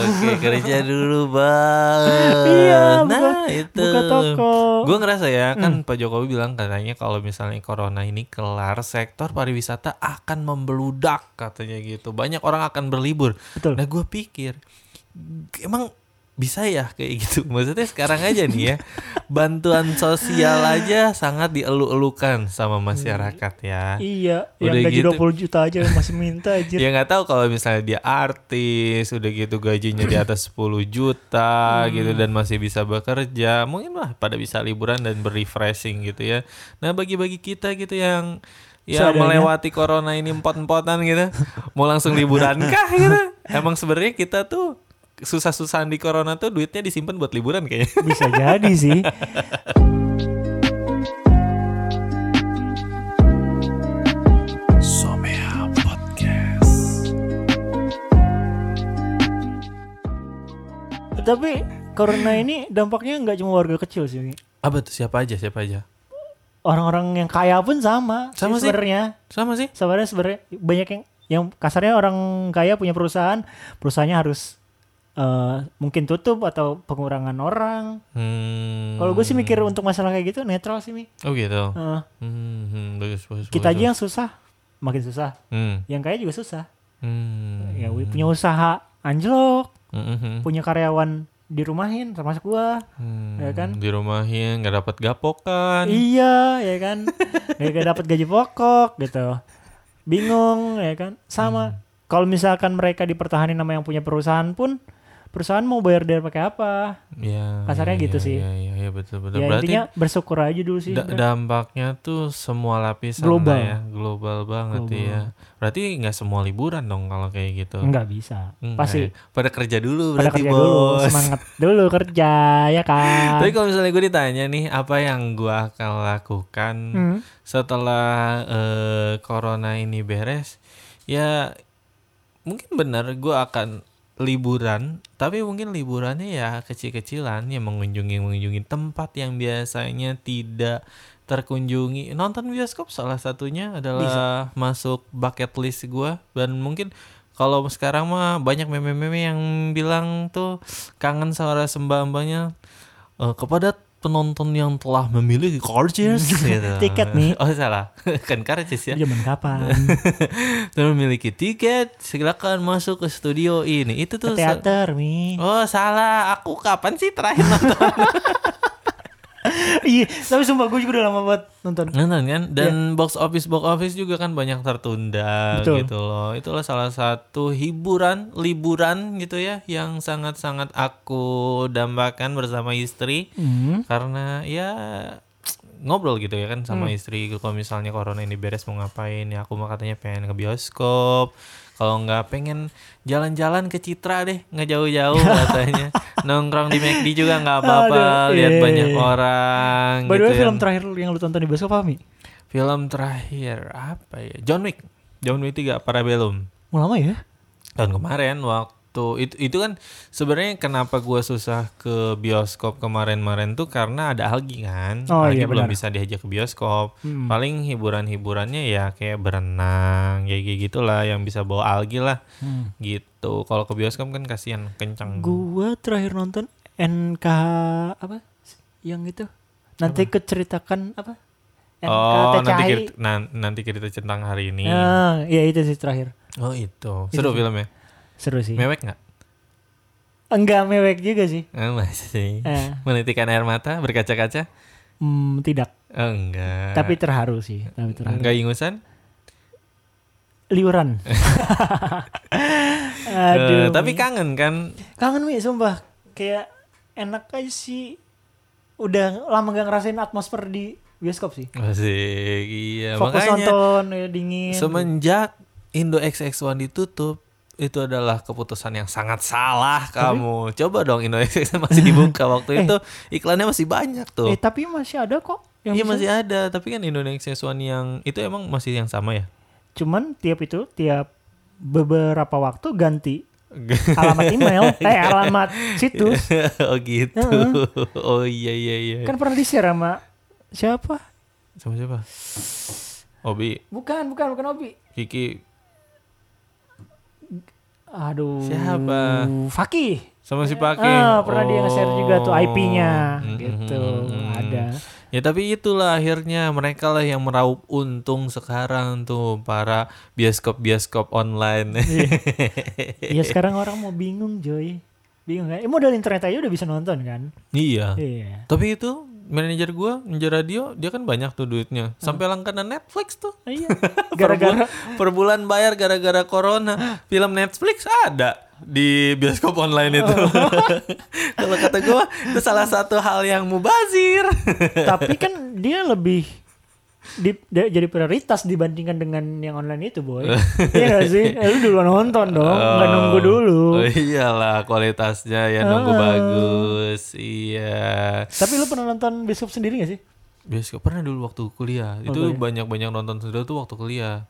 Speaker 1: Oke, kerja dulu, Bang.
Speaker 2: Iya,
Speaker 1: nah,
Speaker 2: buka-
Speaker 1: itu.
Speaker 2: buka toko. Hmm.
Speaker 1: Gue ngerasa ya, kan Pak Jokowi bilang katanya kalau misalnya corona ini kelar, sektor pariwisata akan membeludak katanya gitu. Banyak orang akan berlibur.
Speaker 2: Betul.
Speaker 1: Nah, gue pikir emang bisa ya kayak gitu. Maksudnya sekarang aja nih ya, bantuan sosial aja sangat dielu-elukan sama
Speaker 2: Hmm.
Speaker 1: masyarakat ya.
Speaker 2: iya
Speaker 1: Udah
Speaker 2: yang gaji
Speaker 1: gitu.
Speaker 2: 20 juta aja masih minta aja
Speaker 1: Ya nggak tahu kalau misalnya dia artis udah gitu gajinya di atas 10 juta gitu
Speaker 2: Hmm.
Speaker 1: dan masih bisa bekerja, mungkin lah pada bisa liburan dan berrefreshing gitu ya. Nah, bagi-bagi kita gitu yang ya
Speaker 2: Seadanya.
Speaker 1: melewati corona ini empot-empotan gitu, mau langsung liburan kah gitu. Emang sebenarnya kita tuh susah-susahan di corona tuh duitnya disimpan buat liburan kayaknya.
Speaker 2: bisa jadi sih
Speaker 3: Somea Podcast.
Speaker 2: Tapi corona ini dampaknya nggak cuma warga kecil sih. Mi.
Speaker 1: Apa tuh siapa aja siapa aja?
Speaker 2: Orang-orang yang kaya pun sama.
Speaker 1: Sama sih.
Speaker 2: sebenarnya.
Speaker 1: Sama sih.
Speaker 2: Sebenarnya sebenarnya banyak yang yang kasarnya orang kaya punya perusahaan, perusahaannya harus eh, mungkin tutup atau pengurangan orang.
Speaker 1: Hmm.
Speaker 2: Kalau gue sih mikir untuk masalah kayak gitu netral sih mi.
Speaker 1: Oh gitu.
Speaker 2: Eh,
Speaker 1: Hmm, hmm, bagus, bagus,
Speaker 2: kita
Speaker 1: bagus.
Speaker 2: aja yang susah makin susah,
Speaker 1: Hmm.
Speaker 2: yang kaya juga susah.
Speaker 1: Hmm.
Speaker 2: Ya punya usaha anjlok,
Speaker 1: Mhm.
Speaker 2: punya karyawan dirumahin termasuk gua.
Speaker 1: Hmm,
Speaker 2: ya kan?
Speaker 1: Di rumahin nggak dapat gapokan.
Speaker 2: Iya, ya kan. Gak dapat gaji pokok gitu.
Speaker 1: Hmm.
Speaker 2: Bingung, ya kan. Sama. Kalau misalkan mereka dipertahanin sama yang punya perusahaan pun perusahaan mau bayar dia pakai apa?
Speaker 1: Ya,
Speaker 2: Kasarnya
Speaker 1: ya,
Speaker 2: gitu
Speaker 1: ya,
Speaker 2: sih.
Speaker 1: Ya, ya, ya, betul betul.
Speaker 2: Ya
Speaker 1: Berarti
Speaker 2: intinya bersyukur aja dulu sih.
Speaker 1: da- dampaknya tuh semua lapisan lah
Speaker 2: Global.
Speaker 1: ya, global banget
Speaker 2: Global.
Speaker 1: ya. Berarti nggak semua liburan dong kalau kayak gitu.
Speaker 2: Enggak bisa.
Speaker 1: Enggak
Speaker 2: Pasti
Speaker 1: ya. pada kerja dulu
Speaker 2: pada
Speaker 1: berarti
Speaker 2: kerja
Speaker 1: bos.
Speaker 2: dulu, semangat dulu kerja ya kan.
Speaker 1: Tapi kalau misalnya gue ditanya nih apa yang gue akan lakukan
Speaker 2: Hmm.
Speaker 1: setelah eh, corona ini beres, ya mungkin benar gue akan liburan, tapi mungkin liburannya ya kecil-kecilan, ya mengunjungi mengunjungi tempat yang biasanya tidak terkunjungi. Nonton bioskop salah satunya adalah masuk bucket list gue dan mungkin kalau sekarang mah banyak meme-meme yang bilang tuh kangen suara sembah-mbahnya eh, kepada penonton yang telah memilih Cartiers gitu.
Speaker 2: Tiket nih.
Speaker 1: Oh salah, kan Cartiers ya.
Speaker 2: Zaman kapan?
Speaker 1: Dan memiliki tiket, silakan masuk ke studio ini. Itu
Speaker 2: Ke
Speaker 1: tuh sa-
Speaker 2: teater, Mi.
Speaker 1: Oh salah, aku kapan sih terakhir nonton?
Speaker 2: Iya, tapi sumpah gue juga udah lama banget nonton.
Speaker 1: nonton kan? Dan box office box office juga kan banyak tertunda
Speaker 2: Iya. Betul.
Speaker 1: gitu loh. Itulah salah satu hiburan liburan gitu ya yang sangat-sangat aku dambakan bersama istri
Speaker 2: Hmm.
Speaker 1: karena ya ngobrol gitu ya kan sama
Speaker 2: Hmm.
Speaker 1: istri kalau misalnya corona ini beres mau ngapain ya aku mah katanya pengen ke bioskop kalau nggak pengen jalan-jalan ke Citra deh nggak jauh-jauh katanya nongkrong di McD juga nggak apa-apa
Speaker 2: Aduh,
Speaker 1: lihat
Speaker 2: iya,
Speaker 1: banyak
Speaker 2: iya.
Speaker 1: orang
Speaker 2: By the way,
Speaker 1: gitu ya.
Speaker 2: film terakhir yang lu tonton di bioskop apa, Mi?
Speaker 1: Film terakhir apa ya John Wick John Wick 3 Parabellum
Speaker 2: Mau lama ya?
Speaker 1: Hmm. tahun kemarin waktu itu itu kan sebenarnya kenapa gua susah ke bioskop kemarin-kemarin tuh karena ada Algi kan
Speaker 2: Oh,
Speaker 1: Algi
Speaker 2: iya,
Speaker 1: belum
Speaker 2: benar.
Speaker 1: bisa diajak ke bioskop
Speaker 2: Hmm.
Speaker 1: paling hiburan-hiburannya ya kayak berenang ya kayak kayak gitulah yang bisa bawa Algi lah
Speaker 2: Hmm.
Speaker 1: gitu kalau ke bioskop kan kasihan kencang
Speaker 2: Gua terakhir nonton NK apa? Yang itu. Nanti keceritakan apa?
Speaker 1: oh nanti
Speaker 2: NKTCI.
Speaker 1: kita nan- nanti kita tentang hari ini
Speaker 2: Ah, iya itu sih terakhir.
Speaker 1: oh itu seru
Speaker 2: Itu. Iya.
Speaker 1: filmnya
Speaker 2: Seru sih.
Speaker 1: mewek nggak
Speaker 2: Enggak mewek juga sih.
Speaker 1: Eh, masih
Speaker 2: Eh,
Speaker 1: menitikan air mata berkaca-kaca
Speaker 2: hmm, tidak,
Speaker 1: oh, enggak
Speaker 2: tapi terharu sih, tapi terharu.
Speaker 1: enggak ingusan
Speaker 2: Liuran.
Speaker 1: Eh,
Speaker 2: Aduh.
Speaker 1: tapi
Speaker 2: Mi.
Speaker 1: kangen kan
Speaker 2: kangen Mi, sumpah. Kayak enak aja sih. Udah lama gak ngerasain atmosfer di bioskop sih.
Speaker 1: Asik, iya
Speaker 2: Fokus
Speaker 1: makanya
Speaker 2: nonton ya, dingin.
Speaker 1: semenjak Indo XX1 ditutup itu adalah keputusan yang sangat salah kamu. Coba dong Indo XX masih dibuka waktu itu iklannya masih banyak tuh.
Speaker 2: Eh, tapi masih ada kok. yang
Speaker 1: Iya
Speaker 2: bisa.
Speaker 1: masih ada, tapi kan Indo XX1 yang itu emang masih yang sama ya?
Speaker 2: Cuman tiap itu tiap beberapa waktu ganti alamat email, eh alamat situs.
Speaker 1: oh gitu. Oh iya iya iya.
Speaker 2: Kan pernah di-share sama siapa?
Speaker 1: Sama siapa? Obi,
Speaker 2: Bukan, bukan, bukan Obi.
Speaker 1: Kiki,
Speaker 2: Aduh.
Speaker 1: Siapa?
Speaker 2: Fakih.
Speaker 1: sama si Pake.
Speaker 2: Ah, pernah dia nge-share juga tuh
Speaker 1: Oh.
Speaker 2: IP-nya
Speaker 1: Mm, mm,
Speaker 2: gitu.
Speaker 1: mm, mm.
Speaker 2: Ada.
Speaker 1: Ya tapi itulah akhirnya mereka lah yang meraup untung sekarang tuh para bioskop-bioskop online.
Speaker 2: Ya sekarang orang mau bingung, Joy. Bingung kan? Eh, modal internet aja udah bisa nonton kan?
Speaker 1: iya.
Speaker 2: Iya.
Speaker 1: Tapi itu manajer gua, manajer radio, dia kan banyak tuh duitnya. Sampai langganan Netflix tuh.
Speaker 2: Iya.
Speaker 1: Per
Speaker 2: Hmm. Gara-gara
Speaker 1: bulan- per bulan bayar gara-gara corona. Film Netflix ada di bioskop online itu.
Speaker 2: Oh.
Speaker 1: Kalau kata gua itu salah satu hal yang mubazir.
Speaker 2: tapi kan dia lebih di, dia jadi prioritas dibandingkan dengan yang online itu boy iya gak sih Eh, lu duluan nonton dong nggak nunggu dulu
Speaker 1: Oh, iyalah kualitasnya ya nunggu
Speaker 2: Ah.
Speaker 1: bagus. Iya.
Speaker 2: tapi lu pernah nonton bioskop sendiri gak sih
Speaker 1: Bioskop pernah dulu waktu kuliah.
Speaker 2: ya?
Speaker 1: itu banyak-banyak nonton sendiri tuh waktu kuliah.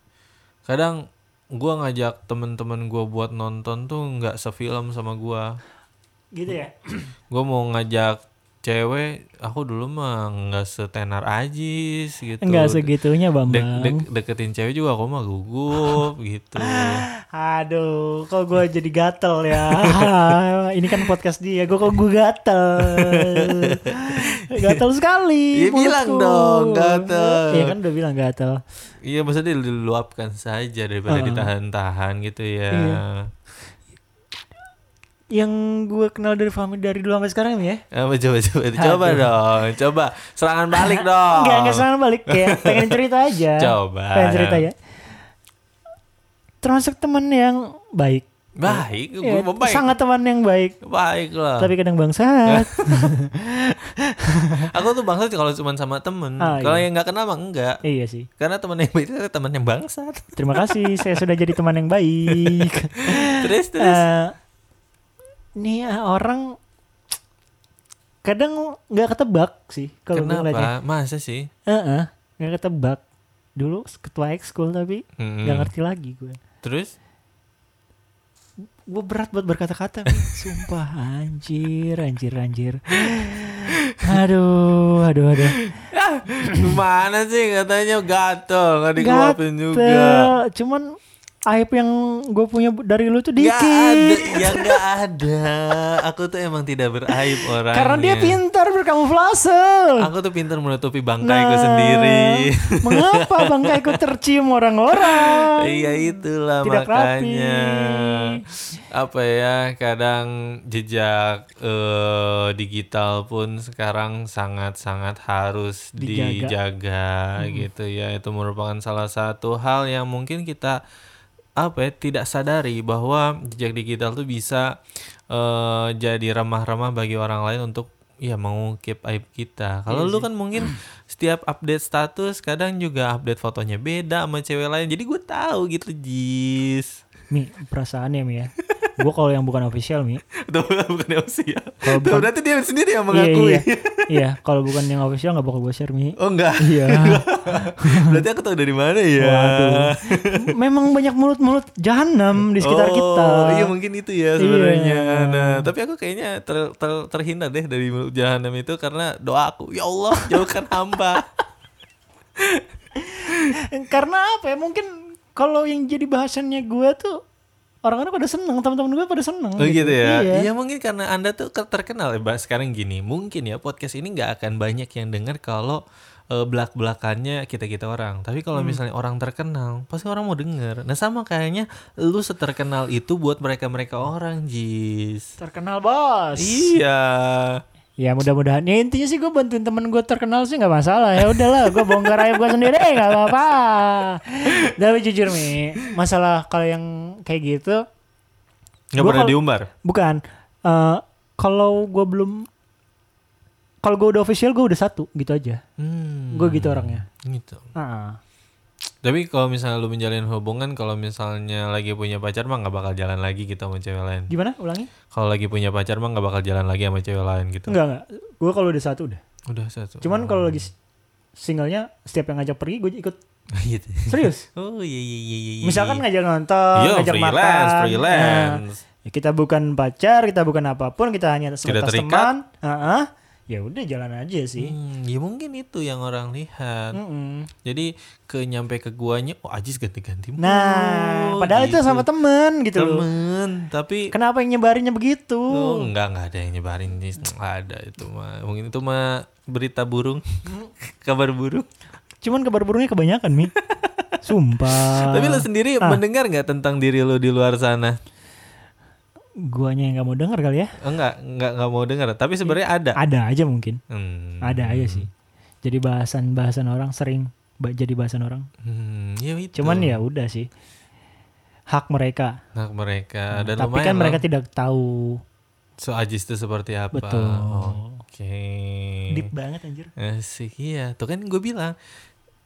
Speaker 1: Kadang gua ngajak temen-temen gua buat nonton tuh nggak sefilm sama gua.
Speaker 2: gitu ya
Speaker 1: Gua mau ngajak cewek, aku dulu mah nggak setenar Ajis gitu.
Speaker 2: nggak segitunya
Speaker 1: Dek-
Speaker 2: bambang
Speaker 1: dek- deketin cewek juga aku mah gugup gitu.
Speaker 2: aduh kok gue jadi gatel ya ini kan podcast dia gue kok gue gatel gatel
Speaker 1: Iya,
Speaker 2: sekali
Speaker 1: bilang
Speaker 2: mulutku.
Speaker 1: dong, gatel.
Speaker 2: iya kan udah bilang gatel
Speaker 1: Iya maksudnya dilu- diluapkan saja daripada
Speaker 2: Heeh.
Speaker 1: ditahan-tahan gitu ya.
Speaker 2: Ah. Iya. yang gue kenal dari Fahmi dari dulu sampai sekarang ya
Speaker 1: Apa coba coba coba
Speaker 2: Aduh.
Speaker 1: dong, coba serangan balik dong.
Speaker 2: Enggak, enggak sekarang balik kayak pengen cerita aja.
Speaker 1: Coba.
Speaker 2: Pengen cerita ya. Termasuk teman yang baik.
Speaker 1: Baik, gue
Speaker 2: Ya,
Speaker 1: baik. Ah.
Speaker 2: sangat teman yang baik
Speaker 1: Baik lah.
Speaker 2: tapi kadang bangsat
Speaker 1: Aku tuh bangsat kalau cuma sama temen.
Speaker 2: Ah,
Speaker 1: kalau
Speaker 2: iya.
Speaker 1: yang nggak kenal mah enggak.
Speaker 2: iya sih
Speaker 1: Karena teman yang baik itu adalah teman yang bangsat.
Speaker 2: terima kasih saya sudah jadi teman yang baik
Speaker 1: Terus terus.
Speaker 2: Eh, nih ah, orang kadang nggak ketebak sih kalau gue
Speaker 1: Kenapa?
Speaker 2: ngeliatnya
Speaker 1: Masa sih?
Speaker 2: Heeh, nggak ketebak dulu ketua ekskul tapi
Speaker 1: Hmm.
Speaker 2: nggak ngerti lagi gue
Speaker 1: Terus?
Speaker 2: gue berat buat berkata-kata men. sumpah anjir anjir anjir aduh aduh aduh
Speaker 1: Gimana sih katanya gatel nggak dikeluarin juga.
Speaker 2: Gatel. cuman aib yang gue punya bu- dari lu tuh
Speaker 1: Gak ada,
Speaker 2: dikit
Speaker 1: ya gak ada. Aku tuh emang tidak beraib orang.
Speaker 2: karena dia pintar berkamuflase
Speaker 1: Aku tuh pintar menutupi
Speaker 2: Nah.
Speaker 1: bangkaiku sendiri.
Speaker 2: mengapa bangkaiku tercium orang-orang
Speaker 1: Iya itulah
Speaker 2: Tidak
Speaker 1: makanya.
Speaker 2: rapi.
Speaker 1: Apa ya kadang jejak eh, digital pun sekarang sangat-sangat harus
Speaker 2: Dijaga.
Speaker 1: dijaga, gitu ya. Itu merupakan salah satu hal yang mungkin kita apa ya tidak sadari bahwa jejak digital tuh bisa eh, jadi remah-remah bagi orang lain untuk ya mengungkip aib kita. Kalau lu kan mungkin setiap update status kadang juga update fotonya beda sama cewek lain. Jadi gue tahu gitu, Jis.
Speaker 2: mi perasaannya mi ya gue kalau yang bukan official mi
Speaker 1: Tuh bukan emosi ya.
Speaker 2: Kalau
Speaker 1: Tuh,
Speaker 2: bukan-
Speaker 1: berarti dia sendiri yang
Speaker 2: iya
Speaker 1: mengakui.
Speaker 2: iya iya kalau bukan yang official nggak bakal gue share mi
Speaker 1: Oh enggak.
Speaker 2: iya
Speaker 1: berarti aku tahu dari mana ya.
Speaker 2: Waduh. Memang banyak mulut-mulut jahanam di
Speaker 1: oh,
Speaker 2: sekitar kita.
Speaker 1: Iya mungkin itu ya sebenarnya.
Speaker 2: Iya.
Speaker 1: Nah, tapi aku kayaknya ter- ter- terhindar deh dari mulut jahanam itu karena doa aku, ya Allah, jauhkan hamba.
Speaker 2: Karena apa ya? Mungkin kalau yang jadi bahasannya gue tuh orang-orang pada seneng, teman-teman gue pada seneng.
Speaker 1: Oh gitu ya.
Speaker 2: Iya.
Speaker 1: Iya mungkin karena Anda tuh ke- terkenal ya, Mbak. Sekarang gini, mungkin ya podcast ini nggak akan banyak yang dengar kalau eh, belak-belakannya kita-kita orang. Tapi
Speaker 2: Hmm.
Speaker 1: kalau misalnya orang terkenal, pasti orang mau denger. Nah, sama kayaknya lu seterkenal itu buat mereka-mereka orang, Jis.
Speaker 2: Terkenal bos.
Speaker 1: Iya.
Speaker 2: Ya mudah-mudahan. Ya intinya sih gue bantuin temen gue terkenal sih nggak masalah. Ya udahlah, gue bongkar aib gue sendiri nggak apa-apa. Tapi jujur mi, masalah kalau yang kayak gitu
Speaker 1: Nggak
Speaker 2: Gua
Speaker 1: pernah
Speaker 2: kalau-
Speaker 1: diumbar.
Speaker 2: bukan. Eh, kalau gue belum, kalau gue udah official gue udah satu gitu aja.
Speaker 1: Hmm.
Speaker 2: Gue gitu orangnya.
Speaker 1: Gitu.
Speaker 2: Ah.
Speaker 1: Tapi kalau misalnya lu menjalin hubungan, kalau misalnya lagi punya pacar mah nggak bakal jalan lagi gitu sama cewek lain.
Speaker 2: Gimana? Ulangi?
Speaker 1: Kalau lagi punya pacar mah nggak bakal jalan lagi sama cewek lain gitu.
Speaker 2: Enggak, enggak. Gue kalau udah satu udah.
Speaker 1: Udah satu.
Speaker 2: Cuman kalau lagi s- singlenya setiap yang ngajak pergi gue ikut.
Speaker 1: gitu.
Speaker 2: Serius?
Speaker 1: Oh iya iya iya iya.
Speaker 2: Misalkan ngajak nonton,
Speaker 1: Yo,
Speaker 2: ngajak
Speaker 1: freelance,
Speaker 2: makan.
Speaker 1: freelance.
Speaker 2: Nah, ya kita bukan pacar, kita bukan apapun, kita hanya sebatas
Speaker 1: terikat.
Speaker 2: teman. Heeh. Ya udah jalan aja sih.
Speaker 1: Hmm, ya mungkin itu yang orang lihat.
Speaker 2: Mm-mm.
Speaker 1: Jadi ke nyampe ke guanya, oh Ajis ganti-ganti. mulu,
Speaker 2: Nah, padahal
Speaker 1: gitu.
Speaker 2: itu sama temen gitu loh.
Speaker 1: temen, tapi
Speaker 2: Kenapa yang nyebarinnya begitu?
Speaker 1: Oh, enggak enggak ada yang nyebarin Jis. Enggak ada itu mah. Mungkin itu mah berita burung. Kabar burung.
Speaker 2: Cuman kabar burungnya kebanyakan, Mi. Sumpah.
Speaker 1: Tapi lo sendiri
Speaker 2: Ah.
Speaker 1: mendengar nggak tentang diri lo di luar sana?
Speaker 2: guanya yang nggak mau denger kali ya.
Speaker 1: Enggak, enggak nggak mau dengar. Tapi sebenarnya
Speaker 2: Iya.
Speaker 1: ada.
Speaker 2: Ada aja mungkin.
Speaker 1: Ya. Hmm.
Speaker 2: Ada aja sih. Jadi bahasan-bahasan orang sering ba- jadi bahasan orang.
Speaker 1: Hmm, ya itu.
Speaker 2: Cuman ya udah sih. Hak mereka.
Speaker 1: Nah, mereka dan
Speaker 2: Tapi
Speaker 1: lumayan
Speaker 2: kan mereka
Speaker 1: lah.
Speaker 2: tidak tahu.
Speaker 1: so Ajis itu seperti apa.
Speaker 2: Betul.
Speaker 1: Oke. Iya.
Speaker 2: Deep banget anjir.
Speaker 1: Asik iya. Tuh kan gue bilang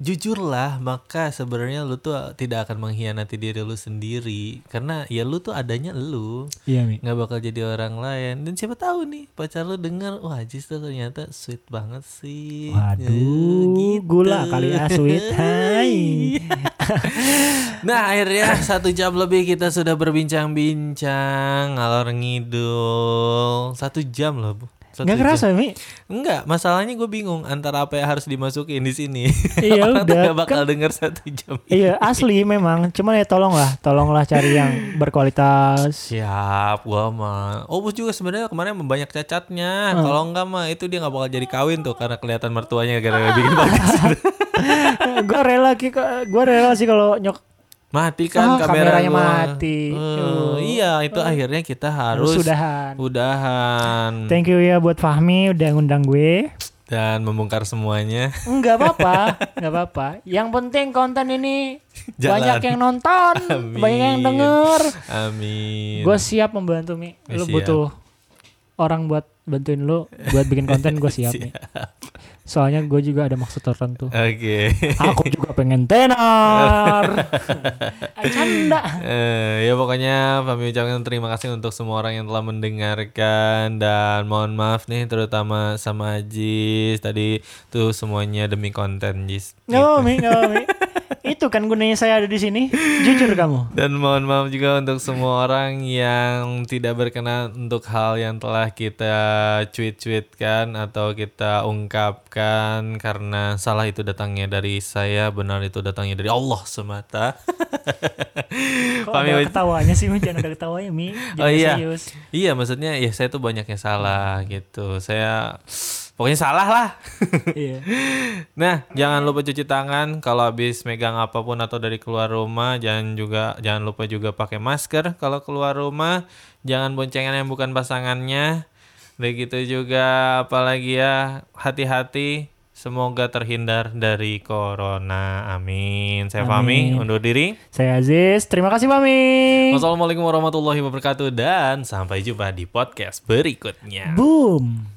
Speaker 1: jujurlah maka sebenarnya lu tuh tidak akan mengkhianati diri lu sendiri karena ya lu tuh adanya lu
Speaker 2: Iya, Mi.
Speaker 1: nggak bakal jadi orang lain dan siapa tahu nih pacar lu denger wah Ajis tuh ternyata sweet banget sih
Speaker 2: Waduh,
Speaker 1: gitu.
Speaker 2: gula kali ya sweet. Hai.
Speaker 1: Nah akhirnya satu jam lebih kita sudah berbincang-bincang ngalor ngidul satu jam loh bu. Satu
Speaker 2: Nggak
Speaker 1: jam.
Speaker 2: kerasa, Mi.
Speaker 1: Enggak, masalahnya gue bingung antara apa yang harus dimasukin di sini.
Speaker 2: Iya,
Speaker 1: Orang tuh
Speaker 2: udah.
Speaker 1: nggak bakal denger satu jam.
Speaker 2: Iya, asli memang. Cuman ya tolonglah, tolonglah cari yang berkualitas.
Speaker 1: Iya. Siap, gua mah. Obus juga sebenarnya kemarin banyak cacatnya.
Speaker 2: Hmm.
Speaker 1: Kalau enggak mah itu dia nggak bakal jadi kawin tuh karena kelihatan mertuanya gara-gara
Speaker 2: Ah.
Speaker 1: bikin podcast.
Speaker 2: gue rela, Ki, ke- gua rela sih kalau nyok
Speaker 1: mati kan
Speaker 2: Ah,
Speaker 1: kamera
Speaker 2: kameranya
Speaker 1: gua.
Speaker 2: mati.
Speaker 1: Eh,
Speaker 2: Yuh.
Speaker 1: iya, itu akhirnya kita harus
Speaker 2: sudahan.
Speaker 1: udahan. hmm.
Speaker 2: Thank you ya buat Fahmi udah ngundang gue.
Speaker 1: dan membongkar semuanya.
Speaker 2: Enggak apa-apa, enggak apa-apa. Yang penting konten ini
Speaker 1: Jalan.
Speaker 2: banyak yang nonton,
Speaker 1: Amin.
Speaker 2: banyak yang denger.
Speaker 1: Amin.
Speaker 2: Gue siap membantu Mi.
Speaker 1: Ya, Iya. siap.
Speaker 2: Lu butuh orang buat bantuin lu buat bikin konten gue siap Mi. Soalnya gue juga ada maksud tertentu.
Speaker 1: Oke.
Speaker 2: Aku juga pengen tenar. Ah, Canda.
Speaker 1: Eh, ya pokoknya kami ucapkan terima kasih untuk semua orang yang telah mendengarkan dan mohon maaf nih terutama sama Jis tadi tuh semuanya demi konten Jis.
Speaker 2: Nggak mau Mi, nggak mau Mi. Itu kan gunanya saya ada di sini. Jujur kamu.
Speaker 1: Dan mohon maaf juga untuk semua orang yang tidak berkenan untuk hal yang telah kita cuit-cuitkan atau kita ungkapkan karena salah itu datangnya dari saya, benar itu datangnya dari Allah semata.
Speaker 2: Kok
Speaker 1: Pami uj-
Speaker 2: ada ketawanya sih Mi? Jangan ada ketawanya Mi. Jangan
Speaker 1: Oh iya.
Speaker 2: serius.
Speaker 1: Iya, maksudnya ya saya tuh banyaknya salah gitu. Saya pokoknya salah lah.
Speaker 2: Iya.
Speaker 1: Nah, jangan lupa cuci tangan kalau habis megang apapun atau dari keluar rumah, jangan juga jangan lupa juga pakai masker kalau keluar rumah, jangan boncengan yang bukan pasangannya. Begitu juga apalagi ya, hati-hati semoga terhindar dari corona. Amin. Saya Fahmi
Speaker 2: Amin.
Speaker 1: undur diri.
Speaker 2: Saya Aziz. Terima kasih Pami.
Speaker 1: Wassalamualaikum warahmatullahi wabarakatuh dan sampai jumpa di podcast berikutnya.
Speaker 2: Boom.